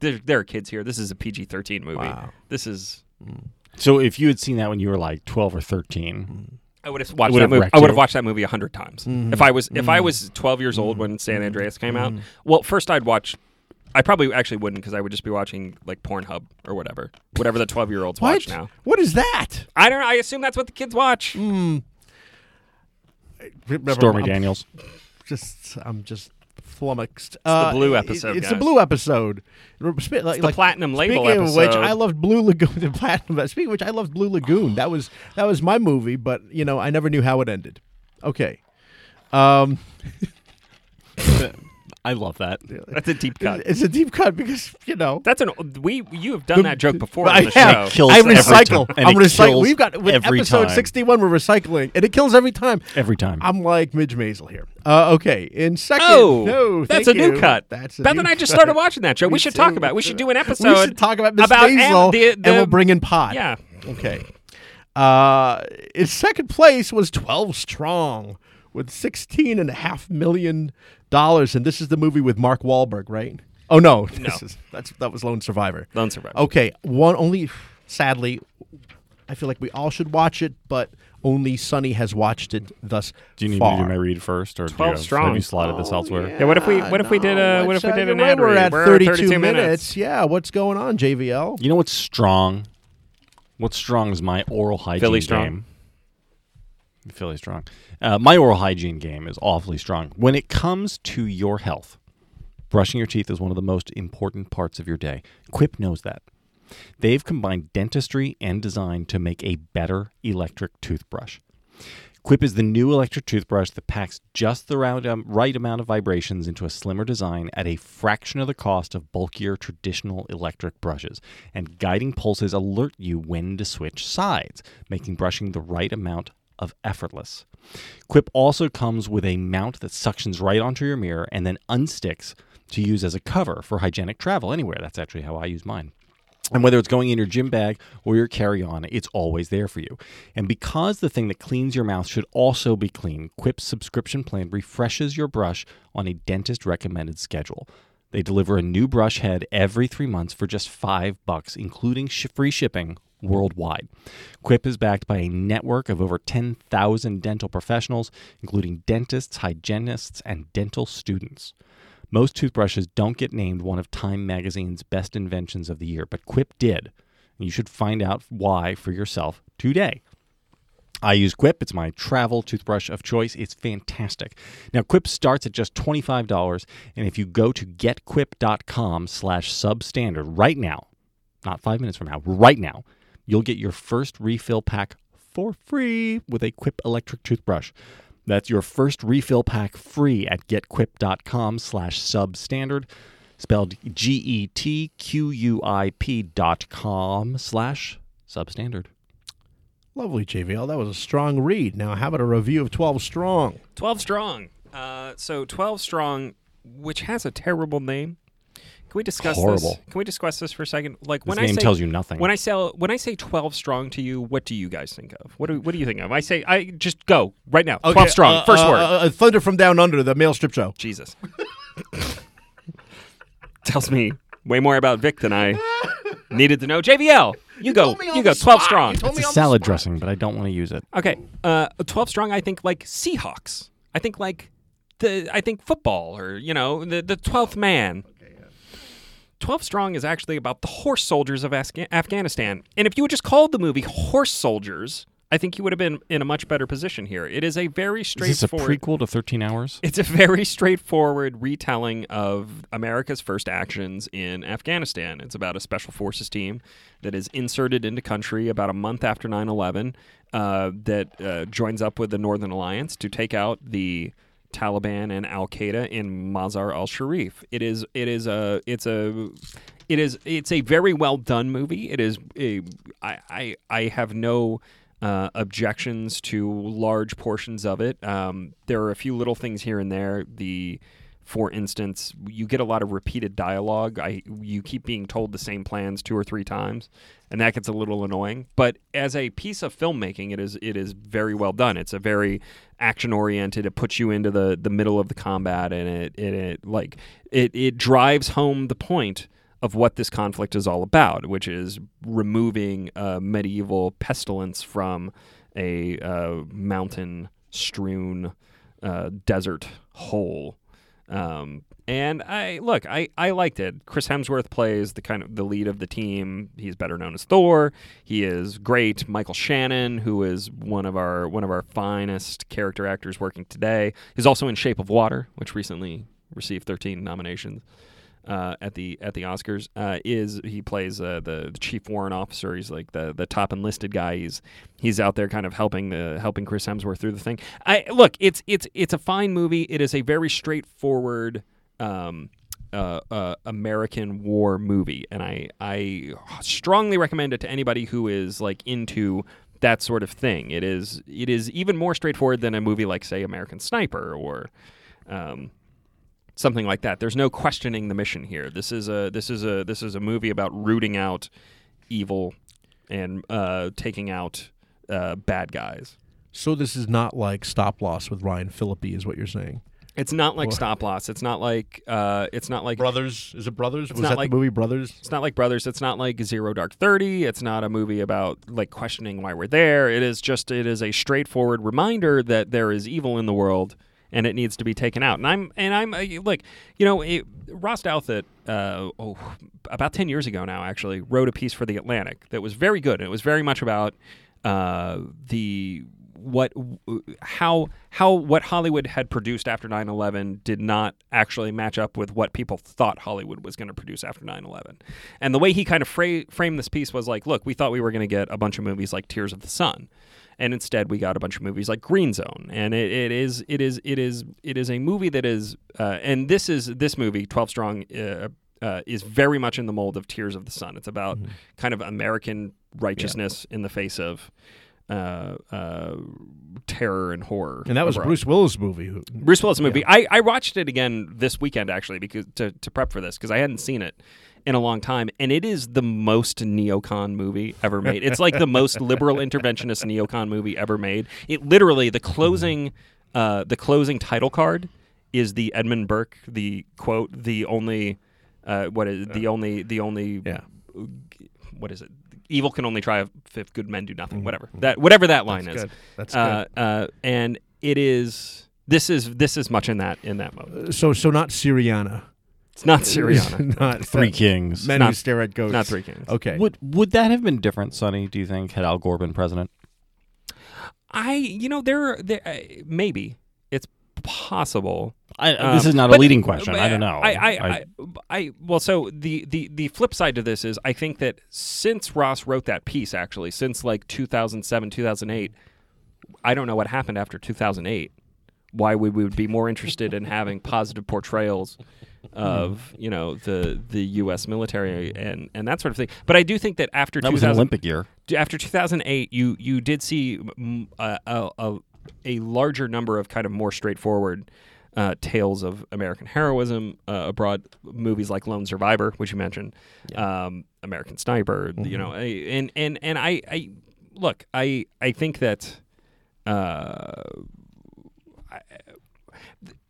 [SPEAKER 5] There, there are kids here. This is a PG thirteen movie.
[SPEAKER 4] Wow.
[SPEAKER 5] This is.
[SPEAKER 7] So if you had seen that when you were like 12 or
[SPEAKER 4] Mm.
[SPEAKER 7] 13,
[SPEAKER 5] I would have watched
[SPEAKER 7] Would
[SPEAKER 5] that
[SPEAKER 7] have
[SPEAKER 5] movie.
[SPEAKER 7] wrecked
[SPEAKER 5] I would have
[SPEAKER 7] you.
[SPEAKER 5] watched that movie a hundred times
[SPEAKER 4] Mm-hmm.
[SPEAKER 5] if I was if I was twelve years old when San Andreas came out. Well, first I'd watch. I probably actually wouldn't because I would just be watching like Pornhub or whatever, whatever the twelve year olds
[SPEAKER 4] what? Mm.
[SPEAKER 5] watch now.
[SPEAKER 4] What is that?
[SPEAKER 5] I don't. know. I assume that's what the kids watch.
[SPEAKER 4] Never-
[SPEAKER 7] Stormy
[SPEAKER 4] I'm
[SPEAKER 7] Daniels.
[SPEAKER 4] Just I'm just flummoxed. It's
[SPEAKER 5] blue episode,
[SPEAKER 4] It's the
[SPEAKER 5] guys.
[SPEAKER 4] blue episode. Spe- Like,
[SPEAKER 5] the platinum label
[SPEAKER 4] Speaking of which,
[SPEAKER 5] episode.
[SPEAKER 4] I loved Blue Lagoon. The platinum. Speaking of which, I loved Blue Lagoon. That was that was my movie, but you know I never knew how it ended. Okay. Um,
[SPEAKER 7] I love that.
[SPEAKER 5] That's a deep cut.
[SPEAKER 4] it's a deep cut because you know
[SPEAKER 5] That's an we. You have done that joke before on the
[SPEAKER 4] I,
[SPEAKER 5] show.
[SPEAKER 4] have.
[SPEAKER 7] Kills
[SPEAKER 4] I
[SPEAKER 7] every
[SPEAKER 4] recycle.
[SPEAKER 7] time. And
[SPEAKER 4] I'm
[SPEAKER 7] it
[SPEAKER 4] recycling.
[SPEAKER 7] kills
[SPEAKER 4] We've got with
[SPEAKER 7] every
[SPEAKER 4] episode
[SPEAKER 7] time.
[SPEAKER 4] 61. We're recycling, and it kills every time.
[SPEAKER 7] Every time.
[SPEAKER 4] I'm like Midge Maisel here. Uh, okay, in second.
[SPEAKER 5] Oh,
[SPEAKER 4] no,
[SPEAKER 5] that's a
[SPEAKER 4] thank
[SPEAKER 5] new
[SPEAKER 4] you.
[SPEAKER 5] cut.
[SPEAKER 4] That's a
[SPEAKER 5] Beth
[SPEAKER 4] new
[SPEAKER 5] and I just
[SPEAKER 4] cut.
[SPEAKER 5] started watching that show.
[SPEAKER 4] Me
[SPEAKER 5] we should talk
[SPEAKER 4] too.
[SPEAKER 5] about. It. We should do an episode.
[SPEAKER 4] We should talk about Miss
[SPEAKER 5] Am-
[SPEAKER 4] Maisel,
[SPEAKER 5] the- the-
[SPEAKER 4] and we'll bring in Pod.
[SPEAKER 5] Yeah.
[SPEAKER 4] Okay. Uh, in second place was 12 Strong with sixteen and a half million dollars, and this is the movie with Mark Wahlberg, right? Oh no, this is that's that was Lone Survivor.
[SPEAKER 5] Lone Survivor.
[SPEAKER 4] Okay, one only. Sadly, I feel like we all should watch it, but only Sonny has watched it thus
[SPEAKER 7] Do you need
[SPEAKER 4] far.
[SPEAKER 7] me to do my read first, or do you
[SPEAKER 5] 12
[SPEAKER 7] have,
[SPEAKER 5] strong.
[SPEAKER 7] have you slotted
[SPEAKER 4] Oh,
[SPEAKER 7] this elsewhere?
[SPEAKER 5] Yeah, what if we what if we did
[SPEAKER 4] Uh,
[SPEAKER 5] a what if we
[SPEAKER 4] what's-
[SPEAKER 5] did
[SPEAKER 4] uh,
[SPEAKER 5] an
[SPEAKER 4] you're right,
[SPEAKER 5] ad
[SPEAKER 4] We're
[SPEAKER 5] read?
[SPEAKER 4] at
[SPEAKER 5] We're
[SPEAKER 4] 32, minutes. Yeah, what's going on, JVL?
[SPEAKER 7] You know what's strong? What's strong is my oral hygiene
[SPEAKER 5] Philly strong.
[SPEAKER 7] game. Philly strong. Uh, my oral hygiene game is awfully strong. When it comes to your health, brushing your teeth is one of the most important parts of your day. Quip knows that. They've combined dentistry and design to make a better electric toothbrush. Quip is the new electric toothbrush that packs just the round, um, right amount of vibrations into a slimmer design at a fraction of the cost of bulkier traditional electric brushes. And guiding pulses alert you when to switch sides, making brushing the right amount of effortless. Quip also comes with a mount that suctions right onto your mirror and then unsticks to use as a cover for hygienic travel anywhere. That's actually how I use mine. And whether it's going in your gym bag or your carry on, it's always there for you. And because the thing that cleans your mouth should also be clean, Quip's subscription plan refreshes your brush on a dentist recommended schedule. They deliver a new brush head every three months for just five bucks, including sh- free shipping worldwide. Quip is backed by a network of over 10,000 dental professionals, including dentists, hygienists, and dental students. Most toothbrushes don't get named one of Time magazine's best inventions of the year, but Quip did. And you should find out why for yourself today. I use Quip. It's my travel toothbrush of choice. It's fantastic. Now, Quip starts at just $25, and if you go to getquip.com slash substandard right now, not five minutes from now, right now, you'll get your first refill pack for free with a Quip electric toothbrush. That's your first refill pack free at getquip.com slash substandard, spelled E G-E-T-Q-U-I-P dot com slash substandard.
[SPEAKER 4] Lovely, JVL. That was a strong read. Now, how about a review of 12 Strong?
[SPEAKER 5] Twelve Strong. Uh, so Twelve Strong, which has a terrible name. Can we discuss
[SPEAKER 7] Horrible.
[SPEAKER 5] this? Can we discuss this for a second? Like
[SPEAKER 7] This
[SPEAKER 5] when I
[SPEAKER 7] name
[SPEAKER 5] say,
[SPEAKER 7] tells you nothing.
[SPEAKER 5] When I sell, when I say Twelve Strong to you, what do you guys think of? What do What do you think of? I say, I just go right now. Twelve Strong.
[SPEAKER 4] uh,
[SPEAKER 5] first
[SPEAKER 4] uh,
[SPEAKER 5] word.
[SPEAKER 4] uh, Thunder from Down Under, the male strip show.
[SPEAKER 5] Jesus. Tells me way more about Vic than I needed to know. JVL, you go. You go. 12 strong.
[SPEAKER 7] It's a salad dressing, but I don't want to use it.
[SPEAKER 5] Okay. Uh, 12 strong, I think like Seahawks. I think like the I think football or you know the the twelfth man. Twelve Strong is actually about the horse soldiers of Afga- Afghanistan, and if you had just called the movie Horse Soldiers, I think you would have been in a much better position here. It is a very
[SPEAKER 6] Is this a
[SPEAKER 5] straightforward.
[SPEAKER 6] prequel to 13 Hours?
[SPEAKER 5] It's a very straightforward retelling of America's first actions in Afghanistan. It's about a special forces team that is inserted into country about a month after 9 11 uh, that uh, joins up with the Northern Alliance to take out the Taliban and Al Qaeda in Mazar al Sharif. It is, it is a, it's a, it is, it's a very well done movie. It is, a, I, I, I have no uh, objections to large portions of it. Um, there are a few little things here and there. The, for instance, you get a lot of repeated dialogue. I you keep being told the same plans two or three times, and that gets a little annoying. But as a piece of filmmaking, it is it is very well done. It's a very action oriented. It puts you into the the middle of the combat, and it it, it like it it drives home the point of what this conflict is all about, which is removing uh, medieval pestilence from a uh, mountain strewn uh, desert hole. Um, and I look, I, I liked it. Chris Hemsworth plays the kind of the lead of the team. He's better known as Thor. He is great. Michael Shannon, who is one of our one of our finest character actors working today, is also in Shape of Water, which recently received 13 nominations uh, at the at the Oscars uh, is he plays uh, the, the chief warrant officer. He's like the the top enlisted guy. He's he's out there kind of helping the helping Chris Hemsworth through the thing. I look, it's it's it's a fine movie. It is a very straightforward. Um, uh, uh, American war movie, and I I strongly recommend it to anybody who is like into that sort of thing. It is it is even more straightforward than a movie like say American Sniper or um, something like that. There's no questioning the mission here. This is a this is a this is a movie about rooting out evil and uh, taking out uh, bad guys.
[SPEAKER 4] So this is not like Stop Loss with Ryan Phillippe, is what you're saying.
[SPEAKER 5] It's not like Stop Loss. It's not like uh, it's not like
[SPEAKER 4] Brothers is it Brothers? Was
[SPEAKER 5] not
[SPEAKER 4] that
[SPEAKER 5] like-
[SPEAKER 4] the movie Brothers?
[SPEAKER 5] it's not like Brothers. It's not like Zero Dark Thirty. It's not a movie about like questioning why we're there. It is just it is a straightforward reminder that there is evil in the world and it needs to be taken out. And I'm and I'm uh, like you know it, Ross Douthat, uh, oh, about ten years ago now actually wrote a piece for the Atlantic that was very good. It was very much about uh, the what how how what Hollywood had produced after 9/11 did not actually match up with what people thought Hollywood was going to produce after 9/11. And the way he kind of fra- framed this piece was like, look, we thought we were going to get a bunch of movies like Tears of the Sun, and instead we got a bunch of movies like Green Zone. And it, it is it is it is it is a movie that is uh, and this is this movie 12 Strong uh, uh, is very much in the mold of Tears of the Sun. It's about kind of American righteousness in the face of uh, uh, terror and horror.
[SPEAKER 4] And that was a
[SPEAKER 5] abroad.
[SPEAKER 4] Bruce Willis movie. Who,
[SPEAKER 5] Bruce Willis movie. I, I watched it again this weekend actually because to, to prep for this because I hadn't seen it in a long time, and it is the most neocon movie ever made. it's like the most liberal interventionist neocon movie ever made. It literally the closing uh, the closing title card is the Edmund Burke the quote the only uh, what is the only the only
[SPEAKER 4] yeah.
[SPEAKER 5] what is it? Evil can only try if good men do nothing. Whatever that, whatever that line
[SPEAKER 4] Mm-hmm. That's
[SPEAKER 5] is.
[SPEAKER 4] good. That's
[SPEAKER 5] uh, Uh, and it is. This is this is much in that in that mode.
[SPEAKER 4] So so not Syriana.
[SPEAKER 5] It's not Syriana.
[SPEAKER 4] not
[SPEAKER 6] Three Kings.
[SPEAKER 4] Men
[SPEAKER 5] Not-
[SPEAKER 4] who stare at ghosts.
[SPEAKER 5] not Three Kings.
[SPEAKER 4] Okay.
[SPEAKER 6] Would would that have been different, Sonny? Do you think had Al Gore been president?
[SPEAKER 5] I you know there are- there uh, maybe it's possible.
[SPEAKER 6] I, uh,
[SPEAKER 5] Um,
[SPEAKER 6] this is not a
[SPEAKER 5] but-
[SPEAKER 6] leading question.
[SPEAKER 5] but
[SPEAKER 6] I don't know.
[SPEAKER 5] I I, I, I- well, so the, the the flip side to this is I think that since Ross wrote that piece, actually, since like 2007, 2008, I don't know what happened after 2008. Why we would be more interested in having positive portrayals of
[SPEAKER 6] Hmm.
[SPEAKER 5] you know the the U.S. military and and that sort of thing. But I do think that after
[SPEAKER 6] that was an
[SPEAKER 5] 2000
[SPEAKER 6] Olympic year.
[SPEAKER 5] after 2008 you you did see mm, a, a, a, a larger number of kind of more straightforward uh, tales of American heroism uh, abroad, movies like Lone Survivor, which you mentioned, um, American Sniper, you know, a- and and and I, I look, I I think that uh,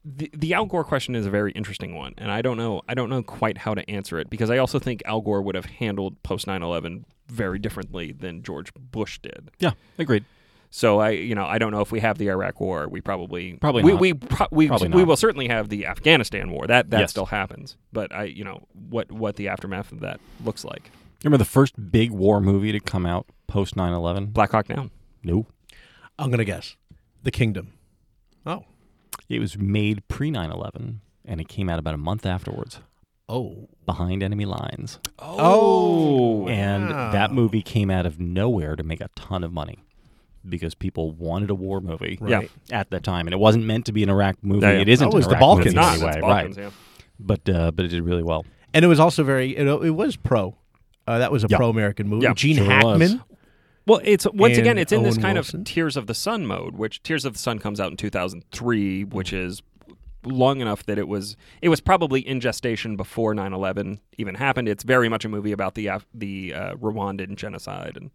[SPEAKER 5] the, the Al Gore question is a very interesting one, and I don't know I don't know quite how to answer it because I also think Al Gore would have handled post 9/11 very differently than George Bush did.
[SPEAKER 6] Yeah, agreed.
[SPEAKER 5] So I, you know, I don't know if we have the Iraq War. We probably
[SPEAKER 6] Probably
[SPEAKER 5] we
[SPEAKER 6] not.
[SPEAKER 5] we pro- we,
[SPEAKER 6] Probably
[SPEAKER 5] we
[SPEAKER 6] not.
[SPEAKER 5] will certainly have the Afghanistan War. That that
[SPEAKER 6] Yes.
[SPEAKER 5] still happens. But I, you know, what what the aftermath of that looks like.
[SPEAKER 6] Remember the first big war movie to come out post 9/11?
[SPEAKER 5] Black Hawk Down.
[SPEAKER 6] No.
[SPEAKER 4] I'm going to guess. The Kingdom. Oh.
[SPEAKER 6] It was made pre 9/11 and it came out about a month afterwards.
[SPEAKER 4] Oh.
[SPEAKER 6] Behind enemy lines.
[SPEAKER 5] Oh,
[SPEAKER 6] And that movie came out of nowhere to make a ton of money because people wanted a war movie
[SPEAKER 5] Right.
[SPEAKER 6] at that time. And it wasn't meant to be an Iraq movie.
[SPEAKER 5] Yeah, yeah.
[SPEAKER 6] It isn't.
[SPEAKER 4] That was
[SPEAKER 6] an
[SPEAKER 4] the
[SPEAKER 6] Iraq movie
[SPEAKER 4] Balkans.
[SPEAKER 5] not
[SPEAKER 4] It's
[SPEAKER 5] it's
[SPEAKER 6] Oh. anyway,
[SPEAKER 5] Balkans,
[SPEAKER 6] right.
[SPEAKER 5] yeah.
[SPEAKER 6] But, uh, but it did really well.
[SPEAKER 4] And it was also very, it, it was pro. Uh, that was a
[SPEAKER 6] Yeah.
[SPEAKER 4] pro American movie.
[SPEAKER 5] Yeah,
[SPEAKER 4] Gene
[SPEAKER 6] sure was.
[SPEAKER 4] Hackman.
[SPEAKER 5] Well, it's once again,
[SPEAKER 4] And
[SPEAKER 5] it's in this
[SPEAKER 4] Owen
[SPEAKER 5] kind
[SPEAKER 4] Wilson.
[SPEAKER 5] of Tears of the Sun mode, which Tears of the Sun comes out in 2003, which is long enough that it was it was probably in gestation before 9/11 even happened. It's very much a movie about the Af- the uh, Rwandan genocide and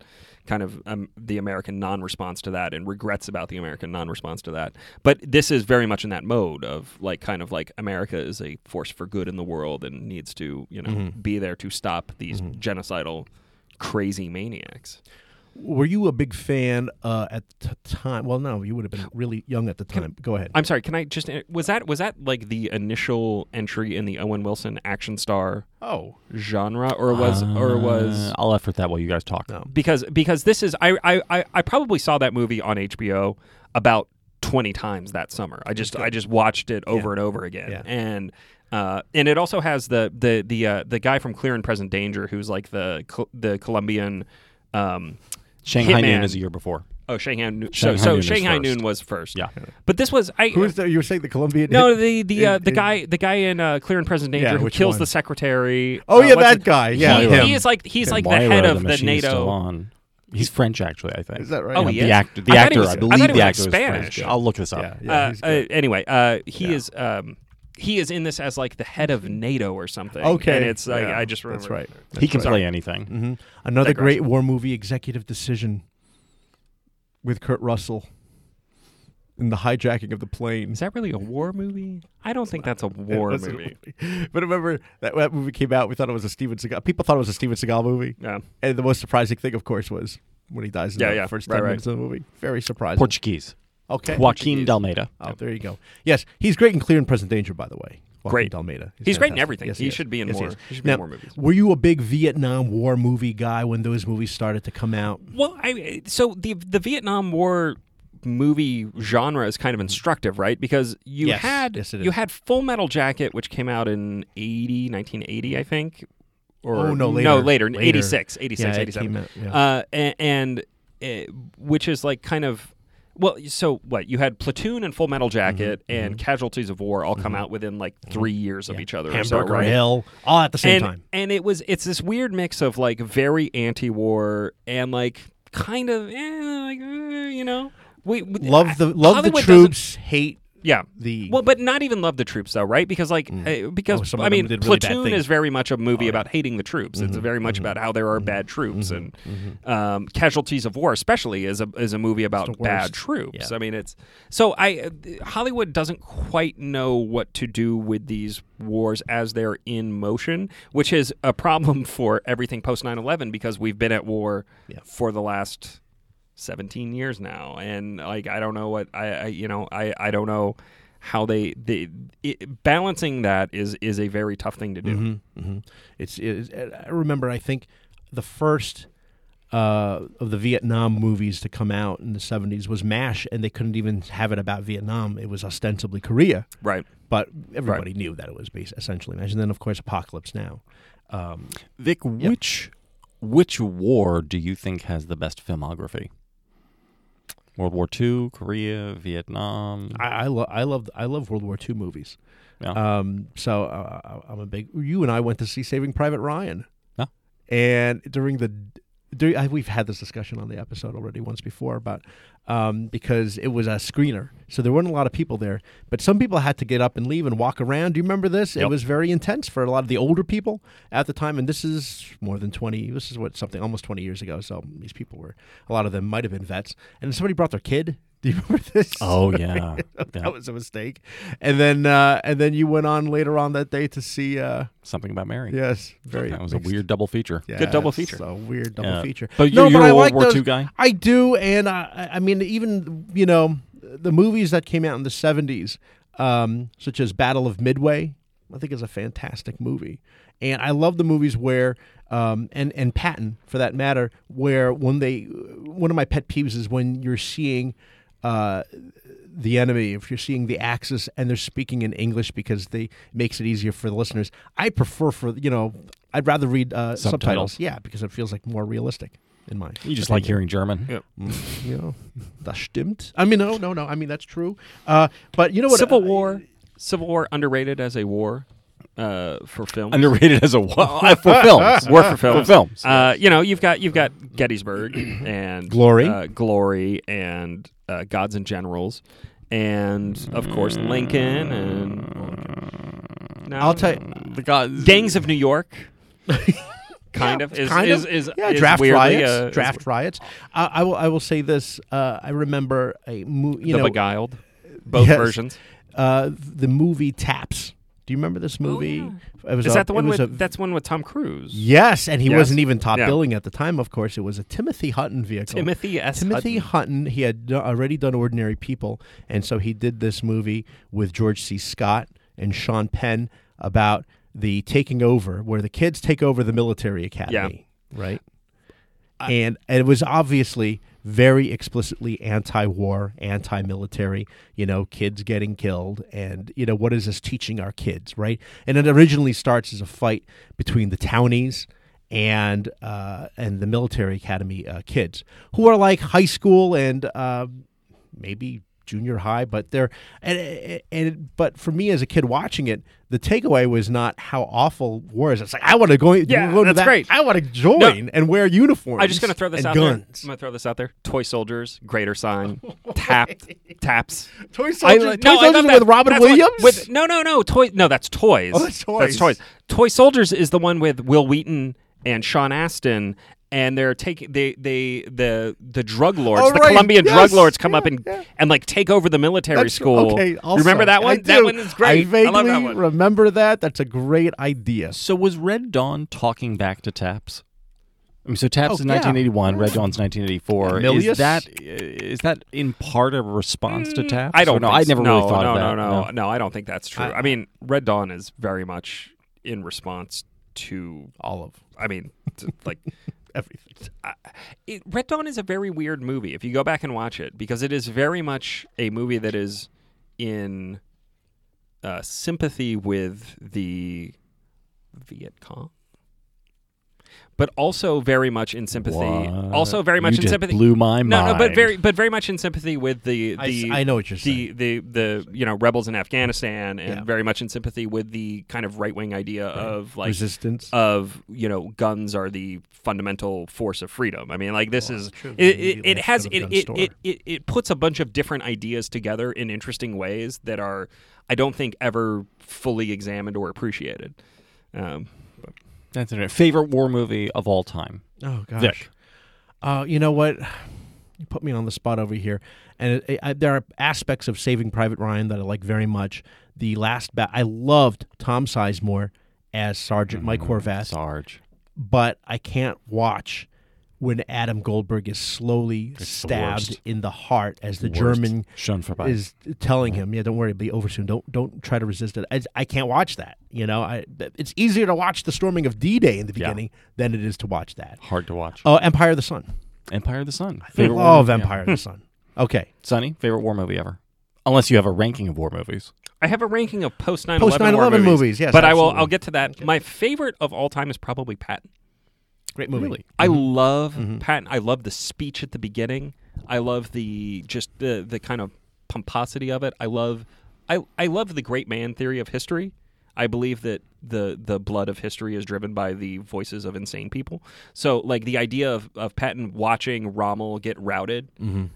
[SPEAKER 5] kind of um, the American non-response to that and regrets about the American non-response to that. But this is very much in that mode of like kind of like America is a force for good in the world and needs to, you know,
[SPEAKER 4] Mm-hmm.
[SPEAKER 5] be there to stop these genocidal crazy maniacs.
[SPEAKER 4] Were you a big fan uh, at the time? Well, no, you would have been really young at the time. Go ahead.
[SPEAKER 5] I'm sorry. Can I just eh, was that was that like the initial entry in the Owen Wilson action star
[SPEAKER 4] oh.
[SPEAKER 5] genre, or was or was
[SPEAKER 6] Uh, I'll effort that while you guys talk.
[SPEAKER 5] because because this is I I I, I probably saw that movie on HBO about 20 times that summer. I just I just watched it over and over again,
[SPEAKER 4] Yeah.
[SPEAKER 5] and uh, and it also has the the the uh, the guy from Clear and Present Danger who's like the Col- the Colombian. Um,
[SPEAKER 6] Shanghai
[SPEAKER 5] Hitman.
[SPEAKER 6] Noon is a year before.
[SPEAKER 5] Oh, Shanghai Noon.
[SPEAKER 6] Shanghai
[SPEAKER 5] so so
[SPEAKER 6] Noon is
[SPEAKER 5] Shanghai
[SPEAKER 6] first.
[SPEAKER 5] Noon was first.
[SPEAKER 6] Yeah.
[SPEAKER 5] But this was I
[SPEAKER 4] Who was the, you were saying the Colombian?
[SPEAKER 5] No, the the uh,
[SPEAKER 4] in-
[SPEAKER 5] the
[SPEAKER 4] in-
[SPEAKER 5] guy the guy in uh, Clear and Present Danger
[SPEAKER 4] Yeah,
[SPEAKER 5] who
[SPEAKER 4] which
[SPEAKER 5] kills
[SPEAKER 4] one?
[SPEAKER 5] the secretary.
[SPEAKER 4] Oh,
[SPEAKER 5] uh,
[SPEAKER 4] yeah,
[SPEAKER 5] what's
[SPEAKER 4] that
[SPEAKER 5] him-
[SPEAKER 4] guy. Yeah.
[SPEAKER 5] he,
[SPEAKER 4] him.
[SPEAKER 5] he is like he's
[SPEAKER 6] And
[SPEAKER 5] like the
[SPEAKER 6] Moira,
[SPEAKER 5] head of the
[SPEAKER 6] machine is still
[SPEAKER 5] NATO.
[SPEAKER 6] on. He's French, actually, I think.
[SPEAKER 4] Is that right?
[SPEAKER 5] Oh,
[SPEAKER 6] Yeah,
[SPEAKER 5] he
[SPEAKER 6] the
[SPEAKER 5] is?
[SPEAKER 6] actor, the
[SPEAKER 5] I thought
[SPEAKER 6] actor,
[SPEAKER 5] he was-
[SPEAKER 6] I
[SPEAKER 5] I
[SPEAKER 6] believe
[SPEAKER 5] thought he
[SPEAKER 6] the
[SPEAKER 5] was
[SPEAKER 6] actor is
[SPEAKER 5] Spanish.
[SPEAKER 6] French. I'll look this up.
[SPEAKER 4] yeah, yeah,
[SPEAKER 5] Uh,
[SPEAKER 4] he's
[SPEAKER 5] uh,
[SPEAKER 4] good.
[SPEAKER 5] anyway, uh, he is um, he is in this as like the head of NATO or something.
[SPEAKER 4] okay.
[SPEAKER 5] and it's like
[SPEAKER 4] Yeah,
[SPEAKER 5] I just remember
[SPEAKER 4] That's right.
[SPEAKER 6] He can play anything.
[SPEAKER 5] Mm-hmm.
[SPEAKER 4] Another great war movie, Executive Decision, with Kurt Russell and the hijacking of the plane.
[SPEAKER 5] Is that really a war movie? I don't think that's a war
[SPEAKER 4] That's a-
[SPEAKER 5] movie.
[SPEAKER 4] But remember that, that movie came out. We thought it was a Steven Seagal. People thought it was a Steven Seagal movie.
[SPEAKER 5] Yeah.
[SPEAKER 4] And the most surprising thing, of course, was when he dies in
[SPEAKER 5] Yeah,
[SPEAKER 4] the
[SPEAKER 5] yeah.
[SPEAKER 4] first
[SPEAKER 5] Right,
[SPEAKER 4] 10
[SPEAKER 5] right.
[SPEAKER 4] minutes of the movie. Very surprising.
[SPEAKER 6] Portuguese.
[SPEAKER 4] okay.
[SPEAKER 6] Joaquin Dalmeida.
[SPEAKER 4] Oh, there you go. Yes, he's great in Clear and Present Danger, by the way. Joaquin
[SPEAKER 5] Great.
[SPEAKER 4] Dalmeida.
[SPEAKER 5] He's great in
[SPEAKER 4] fantastic.
[SPEAKER 5] everything. He
[SPEAKER 4] is.
[SPEAKER 5] should be in more-
[SPEAKER 4] is.
[SPEAKER 5] he should be in
[SPEAKER 4] Now,
[SPEAKER 5] more movies.
[SPEAKER 4] Were you a big Vietnam War movie guy when those movies started to come out?
[SPEAKER 5] Well, I so the the Vietnam War movie genre is kind of instructive, right? Because you
[SPEAKER 4] Yes.
[SPEAKER 5] had
[SPEAKER 4] Yes, it is.
[SPEAKER 5] you had Full Metal Jacket, which came out in 80, 1980, I think. Or
[SPEAKER 4] Oh, no, later.
[SPEAKER 5] no later,
[SPEAKER 4] Later.
[SPEAKER 5] 86, 86,
[SPEAKER 4] Yeah, it
[SPEAKER 5] 87.
[SPEAKER 4] came out, yeah.
[SPEAKER 5] Uh, a- and, uh, which is like kind of well, so what you had Platoon and Full Metal
[SPEAKER 4] Mm-hmm.
[SPEAKER 5] Jacket and Casualties of War all come out within like three years of each other. or so,
[SPEAKER 4] Hamburger
[SPEAKER 5] right?
[SPEAKER 4] Hill, all at the same
[SPEAKER 5] and,
[SPEAKER 4] time.
[SPEAKER 5] And it was it's this weird mix of like very anti-war and like kind of eh, like eh, you know we we-
[SPEAKER 4] Love the love
[SPEAKER 5] Hollywood
[SPEAKER 4] the
[SPEAKER 5] doesn't-
[SPEAKER 4] troops, hate
[SPEAKER 5] Yeah.
[SPEAKER 4] the
[SPEAKER 5] Well, but not even love the troops though, right? Because like eh,
[SPEAKER 4] Oh,
[SPEAKER 5] because
[SPEAKER 4] some of
[SPEAKER 5] I
[SPEAKER 4] them
[SPEAKER 5] mean
[SPEAKER 4] did really bad
[SPEAKER 5] Platoon
[SPEAKER 4] things. Oh, Mm-hmm.
[SPEAKER 5] is very much a movie about hating the troops. It's very much about how there are bad troops and Um, casualties of war, especially is a is a movie about bad troops. I mean it's so I uh, Hollywood doesn't quite know what to do with these wars as they're in motion, which is a problem for everything post 9/11 because we've been at war for the last 17 years now and like i don't know what i, I you know i i don't know how they the it, balancing that is is a very tough thing to do
[SPEAKER 4] Mm-hmm. It's, it's I remember I think the first uh, of the Vietnam movies to come out in the 70s was MASH and they couldn't even have it about Vietnam. It was ostensibly Korea.
[SPEAKER 5] right
[SPEAKER 4] But everybody knew that it was based essentially MASH. And then of course Apocalypse Now. Um,
[SPEAKER 6] Vic, which which war do you think has the best filmography? World War II, Korea, Vietnam.
[SPEAKER 4] I I, lo- I love I love World War II movies.
[SPEAKER 6] Yeah.
[SPEAKER 4] Um, so uh, I- I'm a big. You and I went to see Saving Private Ryan.
[SPEAKER 6] Yeah.
[SPEAKER 4] And during the, during, I, we've had this discussion on the episode already once before about, um, because it was a screener, so there weren't a lot of people there, but some people had to get up and leave and walk around. Do you remember this? It was very intense for a lot of the older people at the time, and this is more than twenty. This is what something almost twenty years ago. So these people were a lot of them might have been vets, and somebody brought their kid. Do you remember this?
[SPEAKER 6] oh yeah. Yeah.
[SPEAKER 4] that was a mistake. And then uh, and then you went on later on that day to see uh,
[SPEAKER 6] Something about Mary.
[SPEAKER 4] yes, very
[SPEAKER 6] That was a
[SPEAKER 4] mixed-
[SPEAKER 6] weird double feature.
[SPEAKER 4] Yeah,
[SPEAKER 5] Good double
[SPEAKER 4] it's
[SPEAKER 5] feature.
[SPEAKER 4] A weird double
[SPEAKER 6] Yeah.
[SPEAKER 4] feature.
[SPEAKER 6] But
[SPEAKER 4] no,
[SPEAKER 6] you're- you're
[SPEAKER 4] but
[SPEAKER 6] a
[SPEAKER 4] I
[SPEAKER 6] World
[SPEAKER 4] like
[SPEAKER 6] War
[SPEAKER 4] those-
[SPEAKER 6] II guy?
[SPEAKER 4] I do, and I, I- I mean, mean, even you know the movies that came out in the '70s, um, such as Battle of Midway, I think is a fantastic movie, and I love the movies where. Um, and and Patton, for that matter, where when they, one of my pet peeves is when you're seeing uh, the enemy, if you're seeing the Axis and they're speaking in English because they makes it easier for the listeners. I prefer for you know, I'd rather read uh, subtitles.
[SPEAKER 6] Subtitles.
[SPEAKER 4] Yeah, because it feels like more realistic in my.
[SPEAKER 6] You just like hearing German.
[SPEAKER 4] you know, das stimmt. I mean, no, no, no. I mean that's true. Uh, but you know what?
[SPEAKER 5] Civil
[SPEAKER 4] uh,
[SPEAKER 5] War. Civil War underrated as a war uh, for films.
[SPEAKER 6] Underrated as a war for films.
[SPEAKER 5] war for films.
[SPEAKER 6] films.
[SPEAKER 5] Uh, you know, you've got you've got Gettysburg and
[SPEAKER 4] Glory.
[SPEAKER 5] uh, Glory, and uh, Gods and Generals, and of course Lincoln and. No,
[SPEAKER 4] I'll tell you-
[SPEAKER 5] the God, gangs of New York. kind of is
[SPEAKER 4] kind
[SPEAKER 5] is,
[SPEAKER 4] of
[SPEAKER 5] is,
[SPEAKER 4] yeah,
[SPEAKER 5] is
[SPEAKER 4] draft
[SPEAKER 5] weirdly,
[SPEAKER 4] riots.
[SPEAKER 5] uh, is
[SPEAKER 4] draft riots. Uh, I will. I will say this. Uh, I remember a movie. You
[SPEAKER 5] the
[SPEAKER 4] know,
[SPEAKER 5] Beguiled, both
[SPEAKER 4] Yes.
[SPEAKER 5] versions.
[SPEAKER 4] uh, the movie Taps. Do you remember this
[SPEAKER 5] Oh,
[SPEAKER 4] movie? It was
[SPEAKER 5] Is
[SPEAKER 4] a-
[SPEAKER 5] that the
[SPEAKER 4] it
[SPEAKER 5] one
[SPEAKER 4] was
[SPEAKER 5] with
[SPEAKER 4] a-
[SPEAKER 5] that's one with Tom Cruise?
[SPEAKER 4] Yes, and he
[SPEAKER 5] Yes.
[SPEAKER 4] wasn't even top
[SPEAKER 5] Yeah.
[SPEAKER 4] billing at the time. Of course, it was a Timothy Hutton vehicle.
[SPEAKER 5] Timothy S.
[SPEAKER 4] Timothy
[SPEAKER 5] Hutton.
[SPEAKER 4] Hutton. He had do- already done Ordinary People, and so he did this movie with George C. Scott and Sean Penn about the taking over, where the kids take over the military academy, right? and it was obviously very explicitly anti-war, anti-military. You know, kids getting killed, and you know what is this teaching our kids, right? And it originally starts as a fight between the townies and uh, and the military academy uh, kids, who are like high school and uh, maybe junior high, but they're and, and but for me as a kid watching it, the takeaway was not how awful war is. It's like I want to go.
[SPEAKER 5] Yeah,
[SPEAKER 4] go to
[SPEAKER 5] that's
[SPEAKER 4] that.
[SPEAKER 5] great.
[SPEAKER 4] I want to join and wear uniforms.
[SPEAKER 5] I'm just gonna throw this
[SPEAKER 4] and
[SPEAKER 5] out there.
[SPEAKER 4] guns.
[SPEAKER 5] I'm gonna throw this out there. Toy soldiers, greater sign, tapped, taps.
[SPEAKER 4] Toy soldiers, toy
[SPEAKER 5] li- no, I
[SPEAKER 4] soldiers
[SPEAKER 5] love that.
[SPEAKER 4] with Robin
[SPEAKER 5] That's what-
[SPEAKER 4] Williams.
[SPEAKER 5] with- no, no, no. Toy. No, that's toys.
[SPEAKER 4] Oh, that's toys.
[SPEAKER 5] That's toys. Toy soldiers is the one with Will Wheaton and Sean Astin. And they're taking they they the the drug lords,
[SPEAKER 4] Oh,
[SPEAKER 5] the
[SPEAKER 4] right.
[SPEAKER 5] Colombian
[SPEAKER 4] Yes.
[SPEAKER 5] drug lords, come
[SPEAKER 4] Yeah,
[SPEAKER 5] up and
[SPEAKER 4] yeah.
[SPEAKER 5] and like take over the military
[SPEAKER 4] That's-
[SPEAKER 5] school.
[SPEAKER 4] Okay,
[SPEAKER 5] You
[SPEAKER 4] also,
[SPEAKER 5] remember that one?
[SPEAKER 4] I
[SPEAKER 5] That
[SPEAKER 4] do.
[SPEAKER 5] one is great.
[SPEAKER 4] I vaguely
[SPEAKER 5] love that one.
[SPEAKER 4] remember that. That's a great idea.
[SPEAKER 6] So was Red Dawn talking back to Taps? I mean, so Taps
[SPEAKER 4] Oh,
[SPEAKER 6] is
[SPEAKER 4] yeah.
[SPEAKER 6] 1981, Red Dawn's 1984.
[SPEAKER 4] Milius?
[SPEAKER 6] Is that is that in part a response to Taps?
[SPEAKER 5] I don't.
[SPEAKER 6] Or no,
[SPEAKER 5] think
[SPEAKER 6] I
[SPEAKER 5] so.
[SPEAKER 6] never
[SPEAKER 5] no,
[SPEAKER 6] really thought
[SPEAKER 5] no,
[SPEAKER 6] of that.
[SPEAKER 5] No, no, no, I don't think that's true. I, mean, Red Dawn is very much in response to all of. I mean, to, like
[SPEAKER 4] Everything.
[SPEAKER 5] it, Red Dawn is a very weird movie if you go back and watch it because it is very much a movie that is in uh, sympathy with the Viet Cong. But also very much in sympathy.
[SPEAKER 6] What?
[SPEAKER 5] Also very much
[SPEAKER 6] You
[SPEAKER 5] in
[SPEAKER 6] just
[SPEAKER 5] sympathy.
[SPEAKER 6] blew my
[SPEAKER 5] No, no, but
[SPEAKER 6] mind.
[SPEAKER 5] very, but very much in sympathy with the
[SPEAKER 4] I s-
[SPEAKER 5] the.
[SPEAKER 4] I know what you're
[SPEAKER 5] the, the the you know rebels in Afghanistan, and
[SPEAKER 4] Yeah.
[SPEAKER 5] very much in sympathy with the kind of right wing idea of like uh,
[SPEAKER 4] Resistance.
[SPEAKER 5] of you know guns are the fundamental force of freedom i mean like this is it,
[SPEAKER 4] You
[SPEAKER 5] it, it
[SPEAKER 4] left
[SPEAKER 5] has
[SPEAKER 4] out of
[SPEAKER 5] it
[SPEAKER 4] gun
[SPEAKER 5] it,
[SPEAKER 4] store.
[SPEAKER 5] it it it puts a bunch of different ideas together in interesting ways that are i don't think ever fully examined or appreciated um but
[SPEAKER 6] That's it. Favorite war movie of all time?
[SPEAKER 4] Oh gosh.
[SPEAKER 6] Vic.
[SPEAKER 4] Uh, you know what? You put me on the spot over here, and it, it- I, there are aspects of Saving Private Ryan that I like very much. The last bat, I loved Tom Sizemore as Sergeant Mike
[SPEAKER 5] Mm-hmm.
[SPEAKER 4] Horvath,
[SPEAKER 6] Sarge.
[SPEAKER 4] but I can't watch when Adam Goldberg is slowly stabbed
[SPEAKER 6] worst.
[SPEAKER 4] in the heart as the German
[SPEAKER 6] Schon vorbei.
[SPEAKER 4] is telling him, "Yeah, don't worry, it'll be over soon. Don't don't try to resist it." I, I can't watch that. You know, I it's easier to watch the storming of D-Day in the beginning than it is to watch that.
[SPEAKER 6] hard to watch.
[SPEAKER 4] Oh, Empire of the Sun.
[SPEAKER 6] Empire of the Sun.
[SPEAKER 4] Favorite
[SPEAKER 6] war
[SPEAKER 4] love
[SPEAKER 6] movie. Yeah.
[SPEAKER 4] Empire of the Sun. Okay.
[SPEAKER 6] Sonny, favorite war movie ever. Unless you have a ranking of war movies.
[SPEAKER 5] I have a ranking of post 9
[SPEAKER 4] Post-9/11 movies, yes,
[SPEAKER 5] but I will.
[SPEAKER 4] absolutely.
[SPEAKER 5] I'll get to that. My favorite of all time is probably Patton.
[SPEAKER 4] Great movie.
[SPEAKER 5] I love Patton. I love the speech at the beginning. I love the just the the kind of pomposity of it. I love I I love the great man theory of history. I believe that the the blood of history is driven by the voices of insane people. So like the idea of of Patton watching Rommel get routed. like,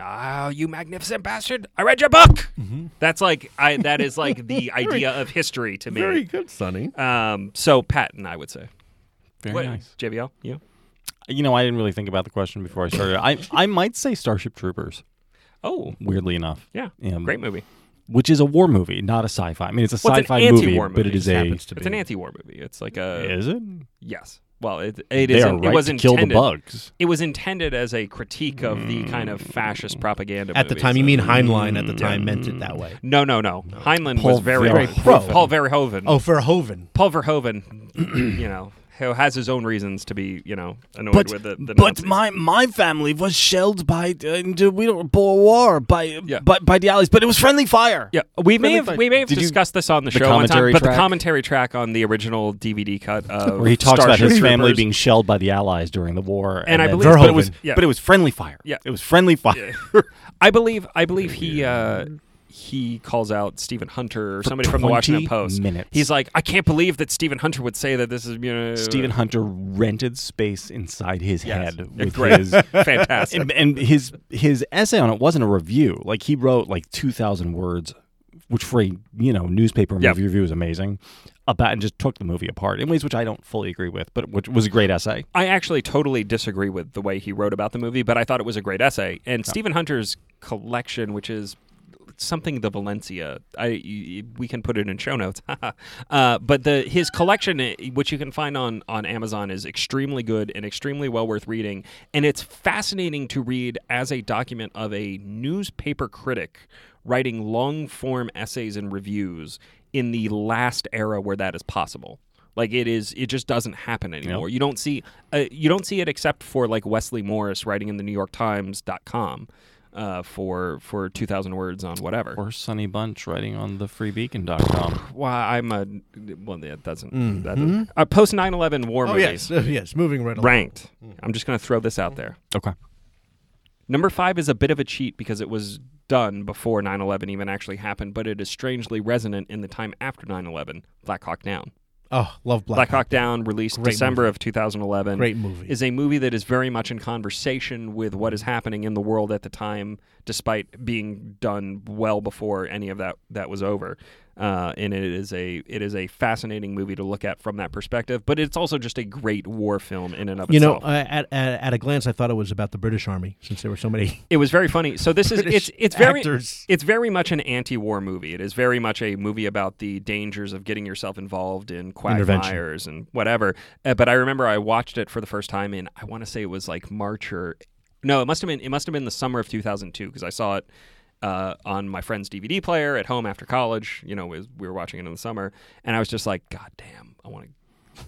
[SPEAKER 5] Oh, you magnificent bastard! I read your book. That's like I. That is like the idea of history to me.
[SPEAKER 4] good, Sonny.
[SPEAKER 5] Um. So Patton, I would say.
[SPEAKER 6] Very
[SPEAKER 5] What-
[SPEAKER 6] nice.
[SPEAKER 5] JBL, you.
[SPEAKER 6] You know, I didn't really think about the question before I started. I I might say Starship Troopers.
[SPEAKER 5] Oh,
[SPEAKER 6] Weirdly enough.
[SPEAKER 5] Yeah,
[SPEAKER 6] Um,
[SPEAKER 5] great movie.
[SPEAKER 6] Which is a war movie, not a sci-fi. I mean, it's a
[SPEAKER 5] Well, it's an
[SPEAKER 6] sci-fi movie,
[SPEAKER 5] anti-war
[SPEAKER 6] but
[SPEAKER 5] movie.
[SPEAKER 6] it is
[SPEAKER 5] It
[SPEAKER 6] a.
[SPEAKER 4] happens to
[SPEAKER 5] It's an
[SPEAKER 4] be.
[SPEAKER 5] anti-war movie. It's like a
[SPEAKER 6] Is it?
[SPEAKER 5] yes. well, it, it
[SPEAKER 7] They are
[SPEAKER 5] isn't.
[SPEAKER 7] right
[SPEAKER 5] it was
[SPEAKER 7] to
[SPEAKER 5] intended,
[SPEAKER 7] kill the bugs.
[SPEAKER 5] It was intended as a critique of the kind of fascist propaganda.
[SPEAKER 4] At the
[SPEAKER 5] movies. uh,
[SPEAKER 4] time, you mean Heinlein at the time meant it that way.
[SPEAKER 5] No, no, no. Heinlein
[SPEAKER 7] Paul
[SPEAKER 5] was very,
[SPEAKER 7] Verhoeven.
[SPEAKER 5] pro.
[SPEAKER 4] Pro.
[SPEAKER 5] Paul Verhoeven.
[SPEAKER 4] Oh, Verhoeven.
[SPEAKER 5] Paul Verhoeven. you know, who has his own reasons to be, you know, annoyed with the, the Nazis.
[SPEAKER 7] my family was shelled by uh, we don't Boer war by
[SPEAKER 5] Yeah.
[SPEAKER 7] by by the allies, but it was friendly fire.
[SPEAKER 5] Yeah, we may
[SPEAKER 7] Friendly
[SPEAKER 5] have
[SPEAKER 7] fire.
[SPEAKER 5] we may have
[SPEAKER 7] Did you-
[SPEAKER 5] discussed this on the,
[SPEAKER 7] the
[SPEAKER 5] show one time,
[SPEAKER 7] commentary
[SPEAKER 5] but
[SPEAKER 7] track?
[SPEAKER 5] the commentary track on the original DVD cut of
[SPEAKER 7] Where he talks about
[SPEAKER 5] Starship
[SPEAKER 7] his family
[SPEAKER 5] Troopers-
[SPEAKER 7] being shelled by the allies during the war,
[SPEAKER 5] And I
[SPEAKER 7] then-
[SPEAKER 5] believe-
[SPEAKER 7] but it was
[SPEAKER 4] Verhoeven.
[SPEAKER 5] Yeah.
[SPEAKER 7] but it was friendly fire.
[SPEAKER 5] Yeah.
[SPEAKER 7] it was friendly fire.
[SPEAKER 5] I believe I believe he uh, he calls out Stephen Hunter or
[SPEAKER 7] um, For
[SPEAKER 5] somebody from the Washington
[SPEAKER 7] 20
[SPEAKER 5] Post.
[SPEAKER 7] minutes.
[SPEAKER 5] He's like, I can't believe that Stephen Hunter would say that this is you know
[SPEAKER 7] Stephen Hunter rented space inside his
[SPEAKER 5] Yes.
[SPEAKER 7] head
[SPEAKER 5] Yeah,
[SPEAKER 7] with
[SPEAKER 5] great.
[SPEAKER 7] his
[SPEAKER 5] fantastic.
[SPEAKER 7] and, and his his essay on it wasn't a review. Like he wrote like two thousand words, which for a you know newspaper movie
[SPEAKER 5] Yep.
[SPEAKER 7] review is amazing. About and just took the movie apart in ways which I don't fully agree with, but which was a great essay.
[SPEAKER 5] I actually totally disagree with the way he wrote about the movie, but I thought it was a great essay. And Stephen Hunter's collection, which is something the Valencia, I y- y- we can put it in show notes. uh, but the his collection, eh, which you can find on on Amazon, is extremely good and extremely well worth reading. And it's fascinating to read as a document of a newspaper critic writing long form essays and reviews in the last era where that is possible. Like it is, it just doesn't happen anymore. You don't see, uh, you don't see it except for like Wesley Morris writing in the New York Times.com uh, for for two thousand words on whatever.
[SPEAKER 7] Or Sonny Bunch writing on the freebeacon.com.
[SPEAKER 5] Well, I'm a well, that doesn't. That doesn't uh, Post 9/11 war
[SPEAKER 4] Mm-hmm. Oh yes,
[SPEAKER 5] movies
[SPEAKER 4] Mm. uh, yes. Moving right along.
[SPEAKER 5] ranked. I'm just gonna throw this out there.
[SPEAKER 7] okay.
[SPEAKER 5] Number five is a bit of a cheat because it was done before 9/11 even actually happened, but it is strangely resonant in the time after 9/11. Black Hawk Down.
[SPEAKER 4] Oh, love Black,
[SPEAKER 5] Black
[SPEAKER 4] Hawk.
[SPEAKER 5] Hawk Down, released
[SPEAKER 4] Great
[SPEAKER 5] December of 2011.
[SPEAKER 4] Great movie.
[SPEAKER 5] Is a movie that is very much in conversation with what is happening in the world at the time, despite being done well before any of that that was over. Uh, and it is a it is a fascinating movie to look at from that perspective. But it's also just a great war film in and of
[SPEAKER 4] You know,
[SPEAKER 5] itself.
[SPEAKER 4] uh, at, at at a glance, I thought it was about the British Army since there were so many.
[SPEAKER 5] it was very funny. So this is
[SPEAKER 4] British
[SPEAKER 5] it's it's very
[SPEAKER 4] actors.
[SPEAKER 5] it's very much an anti-war movie. It is very much a movie about the dangers of getting yourself involved in quagmires and whatever. Uh, but I remember I watched it for the first time in I want to say it was like March or no, it must have been it must have been the summer of 2002 because I saw it uh, on my friend's DVD player at home after college. You know, we, we were watching it in the summer, and I was just like, God damn, I want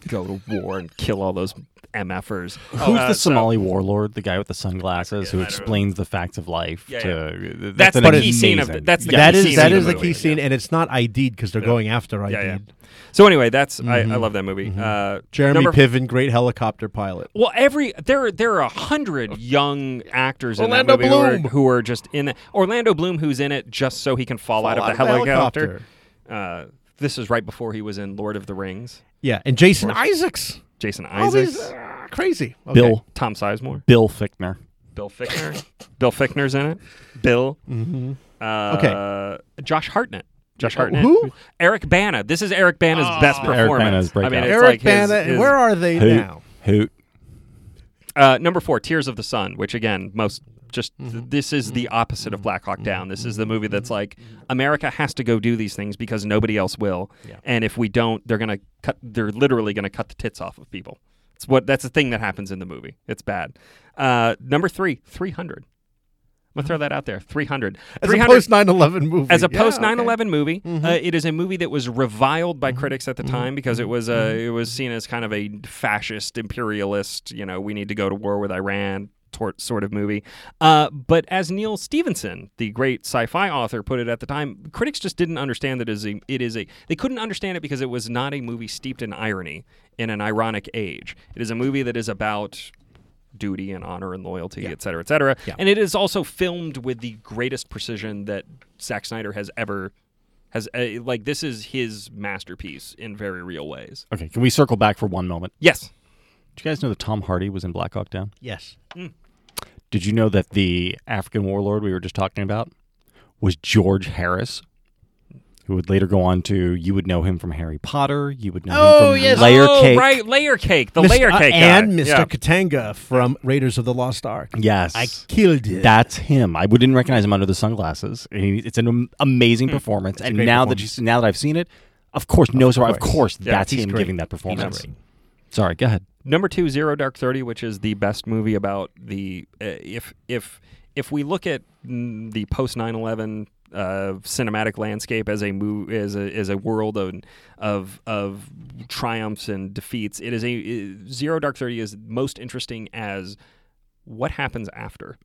[SPEAKER 5] to go to war and kill all those mfers.
[SPEAKER 7] Who's
[SPEAKER 5] Uh,
[SPEAKER 7] the
[SPEAKER 5] so-
[SPEAKER 7] Somali warlord, the guy with the sunglasses who explains the facts of life?
[SPEAKER 5] Yeah,
[SPEAKER 7] to,
[SPEAKER 5] That's
[SPEAKER 7] an
[SPEAKER 5] the key scene of the-
[SPEAKER 7] amazing-
[SPEAKER 5] that's the
[SPEAKER 4] that
[SPEAKER 5] key
[SPEAKER 4] is
[SPEAKER 5] scene
[SPEAKER 4] that
[SPEAKER 5] in the
[SPEAKER 4] is the
[SPEAKER 5] movie,
[SPEAKER 4] key scene, and it's not ID'd because they're going after ID'd.
[SPEAKER 5] Yeah, yeah. So anyway, that's I, I love that movie. Uh,
[SPEAKER 4] Jeremy
[SPEAKER 5] number-
[SPEAKER 4] Piven, great helicopter pilot.
[SPEAKER 5] Well, every there are, there are a hundred young actors
[SPEAKER 4] Oh. Orlando
[SPEAKER 5] in that movie who are-
[SPEAKER 4] Bloom.
[SPEAKER 5] Who, are, just in the, Orlando Bloom, who's in it just so he can fall, out of the helicopter. Uh, this is right before he was in Lord of the Rings.
[SPEAKER 4] Yeah, and Jason Isaacs.
[SPEAKER 5] Jason
[SPEAKER 4] All these,
[SPEAKER 5] Isaacs,
[SPEAKER 4] uh, crazy. Okay.
[SPEAKER 7] Bill
[SPEAKER 5] Tom Sizemore,
[SPEAKER 7] Bill Fichtner.
[SPEAKER 5] Bill Fickner. Bill Fickner's in it. Bill. Uh,
[SPEAKER 4] Okay.
[SPEAKER 5] Josh Hartnett. Josh Hartnett.
[SPEAKER 4] who?
[SPEAKER 5] Eric Bana. This is Eric Bana's best
[SPEAKER 7] Eric
[SPEAKER 5] performance.
[SPEAKER 7] Bana's
[SPEAKER 5] I mean,
[SPEAKER 7] breakout.
[SPEAKER 5] it's
[SPEAKER 4] Ah. Eric
[SPEAKER 5] like his-
[SPEAKER 4] Bana.
[SPEAKER 5] his-
[SPEAKER 4] where are they
[SPEAKER 7] Hoot.
[SPEAKER 4] now?
[SPEAKER 7] Hoot.
[SPEAKER 5] Uh, number four, Tears of the Sun, which again, most just th- this is the opposite of Black Hawk Down. This is the movie that's like America has to go do these things because nobody else will, and if we don't, they're gonna cut. They're literally gonna cut the tits off of people. It's what that's the thing that happens in the movie. It's bad. Uh, number three, three hundred. I'm gonna throw that out there. Three hundred.
[SPEAKER 4] As a post 9/11 movie.
[SPEAKER 5] As a
[SPEAKER 4] Yeah,
[SPEAKER 5] post
[SPEAKER 4] okay. Mm-hmm.
[SPEAKER 5] 9/11 movie, uh, it is a movie that was reviled by critics at the time because it was uh,
[SPEAKER 4] Mm-hmm.
[SPEAKER 5] it was seen as kind of a fascist imperialist, you know, we need to go to war with Iran tor- sort of movie. Uh, but as Neil Stevenson, the great sci-fi author, put it at the time, critics just didn't understand that it is a, it is a they couldn't understand it because it was not a movie steeped in irony in an ironic age. It is a movie that is about duty and honor and loyalty, et cetera, et cetera. And it is also filmed with the greatest precision that Zack Snyder has ever has. Uh, like this is his masterpiece in very real ways.
[SPEAKER 7] Okay, can we circle back for one moment?
[SPEAKER 5] Yes.
[SPEAKER 7] Did you guys know that Tom Hardy was in Black Hawk Down?
[SPEAKER 4] Yes.
[SPEAKER 7] Did you know that the African warlord we were just talking about was George Harris, who would later go on to you would know him from Harry Potter, you would know him from Layer
[SPEAKER 5] oh,
[SPEAKER 7] Cake.
[SPEAKER 5] right, layer cake, the
[SPEAKER 4] Mr.
[SPEAKER 5] layer
[SPEAKER 4] uh,
[SPEAKER 5] cake guy.
[SPEAKER 4] and Mr.
[SPEAKER 5] Yeah.
[SPEAKER 4] Katanga from Raiders of the Lost Ark.
[SPEAKER 7] Yes.
[SPEAKER 4] I killed it.
[SPEAKER 7] That's him. I wouldn't recognize him under the sunglasses. And he- It's an am- amazing performance. And
[SPEAKER 4] great
[SPEAKER 7] now that you, now that I've seen it, of course, no surprise. Of
[SPEAKER 4] course.
[SPEAKER 7] course,
[SPEAKER 5] Yeah,
[SPEAKER 7] that's
[SPEAKER 4] he's
[SPEAKER 7] him
[SPEAKER 4] great.
[SPEAKER 7] giving that
[SPEAKER 4] He's
[SPEAKER 7] performance.
[SPEAKER 4] great.
[SPEAKER 7] Sorry, go ahead.
[SPEAKER 5] Number two, Zero Dark Thirty, which is the best movie about the uh, if if if we look at mm, the post 9/11 uh, cinematic landscape as a move as a as a world of of of triumphs and defeats, it is a i- Zero Dark Thirty is most interesting as what happens after.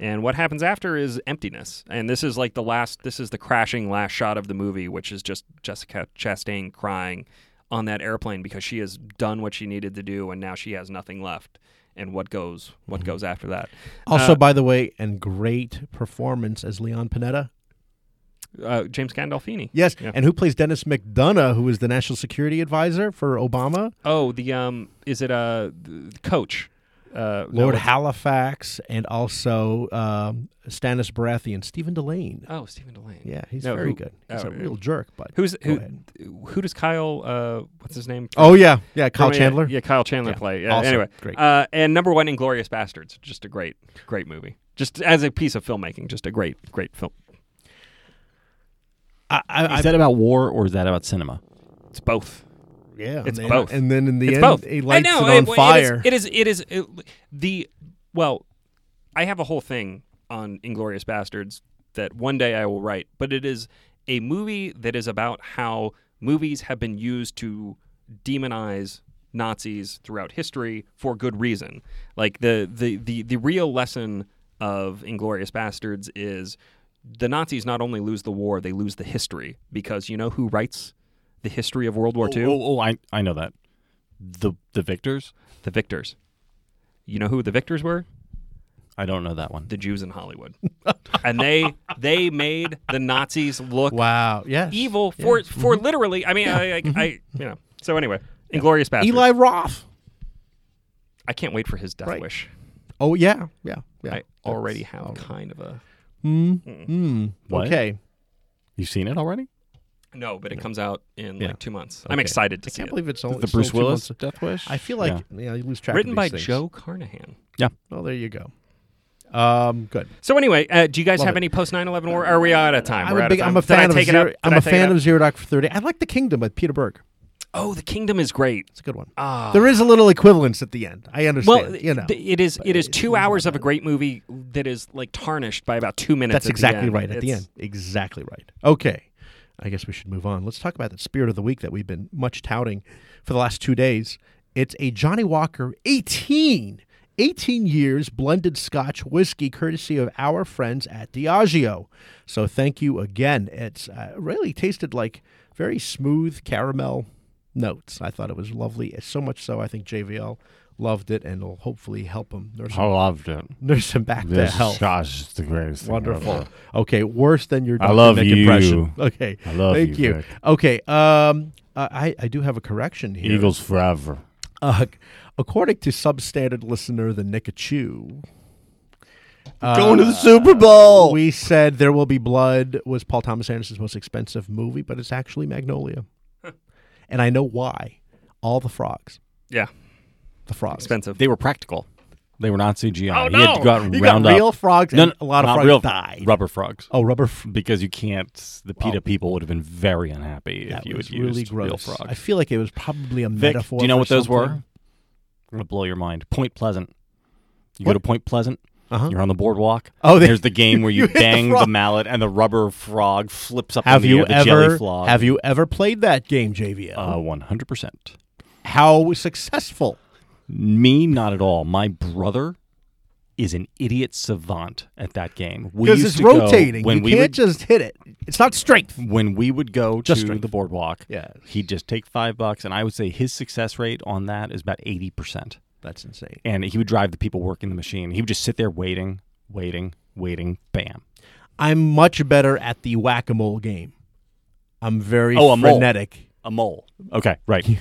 [SPEAKER 5] And what happens after is emptiness. And this is like the last. This is the crashing last shot of the movie, which is just Jessica Chastain crying on that airplane because she has done what she needed to do, and now she has nothing left. And what goes
[SPEAKER 4] Mm-hmm.
[SPEAKER 5] what goes after that? uh,
[SPEAKER 4] Also, by the way, and great performance as Leon Panetta.
[SPEAKER 5] Uh, James Gandolfini.
[SPEAKER 4] Yes,
[SPEAKER 5] Yeah.
[SPEAKER 4] and who plays Dennis McDonough, who is the national security advisor for Obama?
[SPEAKER 5] Oh, the um, is it uh, the coach? Uh, no,
[SPEAKER 4] Lord
[SPEAKER 5] it's-
[SPEAKER 4] Halifax, and also um, Stannis Baratheon, Stephen Delane.
[SPEAKER 5] Oh, Stephen Delane.
[SPEAKER 4] Yeah, he's
[SPEAKER 5] No,
[SPEAKER 4] very
[SPEAKER 5] who-
[SPEAKER 4] good. He's
[SPEAKER 5] oh,
[SPEAKER 4] a real jerk, but
[SPEAKER 5] Who's
[SPEAKER 4] go
[SPEAKER 5] who?
[SPEAKER 4] ahead.
[SPEAKER 5] Who does Kyle? Uh, what's his name?
[SPEAKER 4] Oh yeah, yeah, Kyle
[SPEAKER 5] Romeo-
[SPEAKER 4] Chandler.
[SPEAKER 5] uh, Yeah, Kyle Chandler
[SPEAKER 4] Yeah,
[SPEAKER 5] play. Yeah,
[SPEAKER 4] also
[SPEAKER 5] anyway,
[SPEAKER 4] great.
[SPEAKER 5] Uh, and number one, Inglorious Bastards. Just a great, great movie. Just as a piece of filmmaking, just a great, great film.
[SPEAKER 4] I, I,
[SPEAKER 7] Is that about war or is that about cinema?
[SPEAKER 5] It's both.
[SPEAKER 4] yeah,
[SPEAKER 5] it's
[SPEAKER 4] and then,
[SPEAKER 5] both.
[SPEAKER 4] And then in the
[SPEAKER 5] it's
[SPEAKER 4] end,
[SPEAKER 5] both.
[SPEAKER 4] he lights
[SPEAKER 5] I know,
[SPEAKER 4] it on
[SPEAKER 5] it-
[SPEAKER 4] fire.
[SPEAKER 5] It is. It is, it is it- the well. I have a whole thing on Inglorious Bastards that one day I will write, but it is a movie that is about how movies have been used to demonize Nazis throughout history for good reason. Like the the the, the real lesson of Inglorious Bastards is the Nazis not only lose the war, they lose the history because you know who writes the history of World War II?
[SPEAKER 7] Oh, oh, I, I know that. The the victors?
[SPEAKER 5] the victors. You know who the victors were?
[SPEAKER 7] I don't know that one.
[SPEAKER 5] The Jews in Hollywood. and they they made the Nazis look
[SPEAKER 4] wow. Yes. Mm-hmm.
[SPEAKER 5] evil for for literally. I mean, I, I, I you know. So anyway, Inglorious Bastards.
[SPEAKER 4] Eli Roth.
[SPEAKER 5] I can't wait for his death
[SPEAKER 4] Right.
[SPEAKER 5] wish.
[SPEAKER 4] Oh yeah, yeah, yeah.
[SPEAKER 5] I already have kind of a
[SPEAKER 7] What?
[SPEAKER 4] Hmm. Okay.
[SPEAKER 7] You've seen it already?
[SPEAKER 5] no, but it comes out in
[SPEAKER 4] Yeah.
[SPEAKER 5] like two months. I'm excited to
[SPEAKER 4] I
[SPEAKER 5] see
[SPEAKER 4] can't
[SPEAKER 5] it.
[SPEAKER 4] believe it's only
[SPEAKER 7] the
[SPEAKER 4] it's only
[SPEAKER 7] Bruce
[SPEAKER 4] Oh, two
[SPEAKER 7] Willis
[SPEAKER 4] months.
[SPEAKER 7] Death Wish?
[SPEAKER 4] I feel like yeah. you lose track.
[SPEAKER 5] Written
[SPEAKER 4] of
[SPEAKER 5] by
[SPEAKER 4] these things.
[SPEAKER 5] Joe Carnahan.
[SPEAKER 7] Yeah.
[SPEAKER 4] Oh, there you go. Um, good.
[SPEAKER 5] So anyway, uh, do you guys
[SPEAKER 4] Love
[SPEAKER 5] have
[SPEAKER 4] it. Uh,
[SPEAKER 5] any post 9/11 war? Are we out of time?
[SPEAKER 4] I'm
[SPEAKER 5] We're out
[SPEAKER 4] a
[SPEAKER 5] of
[SPEAKER 4] big.
[SPEAKER 5] time.
[SPEAKER 4] I'm a
[SPEAKER 5] Did I
[SPEAKER 4] fan of
[SPEAKER 5] take it
[SPEAKER 4] zero.
[SPEAKER 5] out?
[SPEAKER 4] I'm
[SPEAKER 5] Did I
[SPEAKER 4] a
[SPEAKER 5] take it
[SPEAKER 4] fan
[SPEAKER 5] out?
[SPEAKER 4] of Zero Dark Thirty. I like The Kingdom with Peter Berg.
[SPEAKER 5] Oh, the Kingdom is great.
[SPEAKER 4] It's a good one.
[SPEAKER 5] Ah.
[SPEAKER 4] There is a little equivalence at the end. I understand.
[SPEAKER 5] Well,
[SPEAKER 4] you know.
[SPEAKER 5] th- it is it is
[SPEAKER 4] it-
[SPEAKER 5] two hours of a great movie that is like tarnished by about two minutes.
[SPEAKER 4] That's
[SPEAKER 5] at the
[SPEAKER 4] exactly
[SPEAKER 5] end.
[SPEAKER 4] right at the
[SPEAKER 5] It's-
[SPEAKER 4] end. Exactly right. Okay. I guess we should move on. Let's talk about the spirit of the week that we've been much touting for the last two days. It's a Johnny Walker 18, 18 years blended scotch whiskey, courtesy of our friends at Diageo. So thank you again. It's uh, really tasted like very smooth caramel notes. I thought it was lovely. So much so, I think JVL loved it and will hopefully help him nurse,
[SPEAKER 6] I loved it.
[SPEAKER 4] nurse him back to
[SPEAKER 6] This
[SPEAKER 4] health.
[SPEAKER 6] gosh is the greatest. thing
[SPEAKER 4] Wonderful.
[SPEAKER 6] ever.
[SPEAKER 4] Okay, worse than your
[SPEAKER 6] I
[SPEAKER 4] Dr.
[SPEAKER 6] love
[SPEAKER 4] Nick
[SPEAKER 6] you.
[SPEAKER 4] impression. Okay,
[SPEAKER 6] I love
[SPEAKER 4] Thank
[SPEAKER 6] you,
[SPEAKER 4] you.
[SPEAKER 6] Vic.
[SPEAKER 4] Okay, um, I I do have a correction here.
[SPEAKER 6] Eagles forever.
[SPEAKER 4] Uh, according to substandard listener the Nickachew,
[SPEAKER 7] Going to the Super Bowl.
[SPEAKER 4] we said there will be blood was Paul Thomas Anderson's most expensive movie, but it's actually Magnolia, and I know why. All the frogs,
[SPEAKER 5] Yeah,
[SPEAKER 4] the frogs.
[SPEAKER 5] expensive.
[SPEAKER 7] they were practical. They were not CGI.
[SPEAKER 5] Oh,
[SPEAKER 7] He had to
[SPEAKER 5] no!
[SPEAKER 7] go out and
[SPEAKER 4] You
[SPEAKER 7] round
[SPEAKER 4] got real
[SPEAKER 7] up.
[SPEAKER 4] frogs, and a lot of
[SPEAKER 7] not
[SPEAKER 4] frogs
[SPEAKER 7] real
[SPEAKER 4] died.
[SPEAKER 7] Rubber frogs.
[SPEAKER 4] Oh, rubber frogs.
[SPEAKER 7] Because you can't. The PETA people would have been very unhappy if you
[SPEAKER 4] was
[SPEAKER 7] had used
[SPEAKER 4] really gross.
[SPEAKER 7] real frogs.
[SPEAKER 4] I feel like it was probably a
[SPEAKER 7] Vic,
[SPEAKER 4] metaphor.
[SPEAKER 7] do you know
[SPEAKER 4] for
[SPEAKER 7] what those were?
[SPEAKER 4] something.
[SPEAKER 7] I'm gonna blow your mind. Point Pleasant. You
[SPEAKER 4] What?
[SPEAKER 7] go to Point Pleasant.
[SPEAKER 4] Uh-huh.
[SPEAKER 7] You're on the boardwalk.
[SPEAKER 4] Oh, they-
[SPEAKER 7] there's the game where
[SPEAKER 4] you
[SPEAKER 7] you
[SPEAKER 4] hit the
[SPEAKER 7] bang the,
[SPEAKER 4] frog.
[SPEAKER 7] mallet and the rubber frog flips up.
[SPEAKER 4] Have
[SPEAKER 7] in the
[SPEAKER 4] you
[SPEAKER 7] air, the jelly Uh,
[SPEAKER 4] ever
[SPEAKER 7] frog.
[SPEAKER 4] have you ever played that game, JVL?
[SPEAKER 7] One hundred percent.
[SPEAKER 4] How successful?
[SPEAKER 7] Me, not at all. My brother is an idiot savant at that game. We
[SPEAKER 4] Because
[SPEAKER 7] used
[SPEAKER 4] it's
[SPEAKER 7] to go-
[SPEAKER 4] rotating.
[SPEAKER 7] when
[SPEAKER 4] you
[SPEAKER 7] we
[SPEAKER 4] can't
[SPEAKER 7] would,
[SPEAKER 4] just hit it. It's not strength.
[SPEAKER 7] when we would go
[SPEAKER 4] Just
[SPEAKER 7] to
[SPEAKER 4] drink.
[SPEAKER 7] the boardwalk,
[SPEAKER 4] Yeah.
[SPEAKER 7] he'd just take five bucks, and I would say his success rate on that is about eighty percent.
[SPEAKER 4] That's insane.
[SPEAKER 7] and he would drive the people working the machine. He would just sit there waiting, waiting, waiting. Bam.
[SPEAKER 4] I'm much better at the whack a mole game. I'm very
[SPEAKER 7] Oh, a mole.
[SPEAKER 4] frenetic.
[SPEAKER 7] A mole. Okay, right.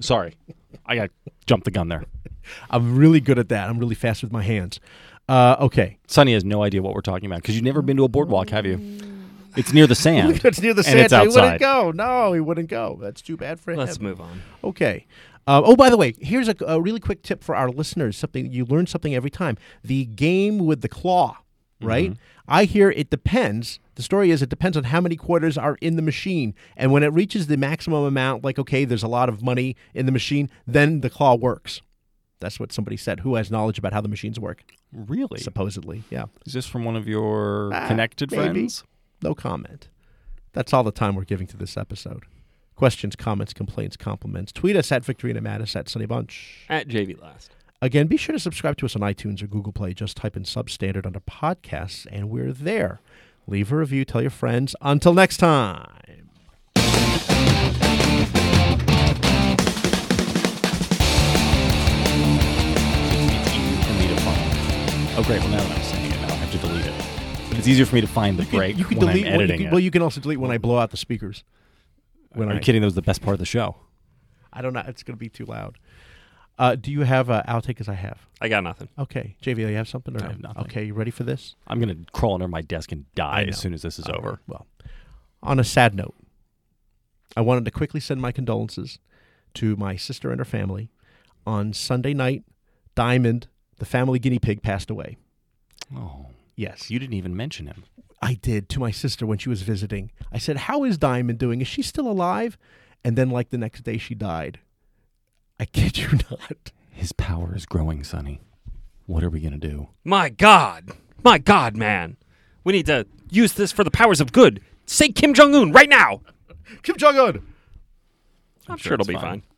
[SPEAKER 7] Sorry, I got jumped the gun there.
[SPEAKER 4] I'm really good at that. I'm really fast with my hands. Uh, okay.
[SPEAKER 7] Sonny has no idea what we're talking about because you've never been to a boardwalk, have you? It's near the sand.
[SPEAKER 4] It's near the
[SPEAKER 7] and
[SPEAKER 4] sand.
[SPEAKER 7] It's
[SPEAKER 4] so he wouldn't
[SPEAKER 7] outside.
[SPEAKER 4] go. No, he wouldn't go. That's too bad for him.
[SPEAKER 5] Let's move on.
[SPEAKER 4] Okay. Uh, oh, by the way, here's a, a really quick tip for our listeners. Something you learn something every time. The game with the claw right? I hear it depends. The story is it depends on how many quarters are in the machine. And when it reaches the maximum amount, like, okay, there's a lot of money in the machine, then the claw works. That's what somebody said who has knowledge about how the machines work,
[SPEAKER 7] Really?
[SPEAKER 4] supposedly. Yeah.
[SPEAKER 7] Is this from one of your
[SPEAKER 4] Ah,
[SPEAKER 7] connected
[SPEAKER 4] maybe.
[SPEAKER 7] friends?
[SPEAKER 4] No comment. That's all the time we're giving to this episode. Questions, comments, complaints, compliments. Tweet us at Victorina Mattis at Sunny Bunch.
[SPEAKER 5] At JV Last.
[SPEAKER 4] Again, be sure to subscribe to us on iTunes or Google Play. Just type in substandard under podcasts, and we're there. Leave a review, tell your friends. Until next time.
[SPEAKER 7] It's easier for me to find. Oh, great. Well, now that I'm sending it, I don't have to delete it. But it's easier for me to find the break
[SPEAKER 4] you can
[SPEAKER 7] when
[SPEAKER 4] delete
[SPEAKER 7] I'm
[SPEAKER 4] well, you
[SPEAKER 7] editing
[SPEAKER 4] can-
[SPEAKER 7] it.
[SPEAKER 4] Well, you can also delete when I blow out the speakers. When
[SPEAKER 7] Are
[SPEAKER 4] I,
[SPEAKER 7] you kidding? That was the best part of the show.
[SPEAKER 4] I don't know. It's going to be too loud. Uh, do you have uh, outtake as I have?
[SPEAKER 5] I got nothing.
[SPEAKER 4] Okay. JV, you have something? Or
[SPEAKER 7] I have
[SPEAKER 4] no?
[SPEAKER 7] nothing.
[SPEAKER 4] Okay, you ready for this?
[SPEAKER 7] I'm going to crawl under my desk and die
[SPEAKER 4] know.
[SPEAKER 7] as soon as this is
[SPEAKER 4] All
[SPEAKER 7] over.
[SPEAKER 4] right, Well, on a sad note, I wanted to quickly send my condolences to my sister and her family. On Sunday night, Diamond, the family guinea pig, passed away.
[SPEAKER 7] Oh,
[SPEAKER 4] Yes.
[SPEAKER 7] you didn't even mention him.
[SPEAKER 4] I did to my sister when she was visiting. I said, How is Diamond doing? Is she still alive? And then, like the next day, she died. I kid you not.
[SPEAKER 7] His power is growing, Sonny. What are we going to do?
[SPEAKER 5] My God. My God, man. We need to use this for the powers of good. Say Kim Jong Un right now.
[SPEAKER 4] Kim Jong un!
[SPEAKER 5] I'm sure,
[SPEAKER 7] sure
[SPEAKER 5] it'll
[SPEAKER 7] it's
[SPEAKER 5] be
[SPEAKER 7] fine.
[SPEAKER 5] fine.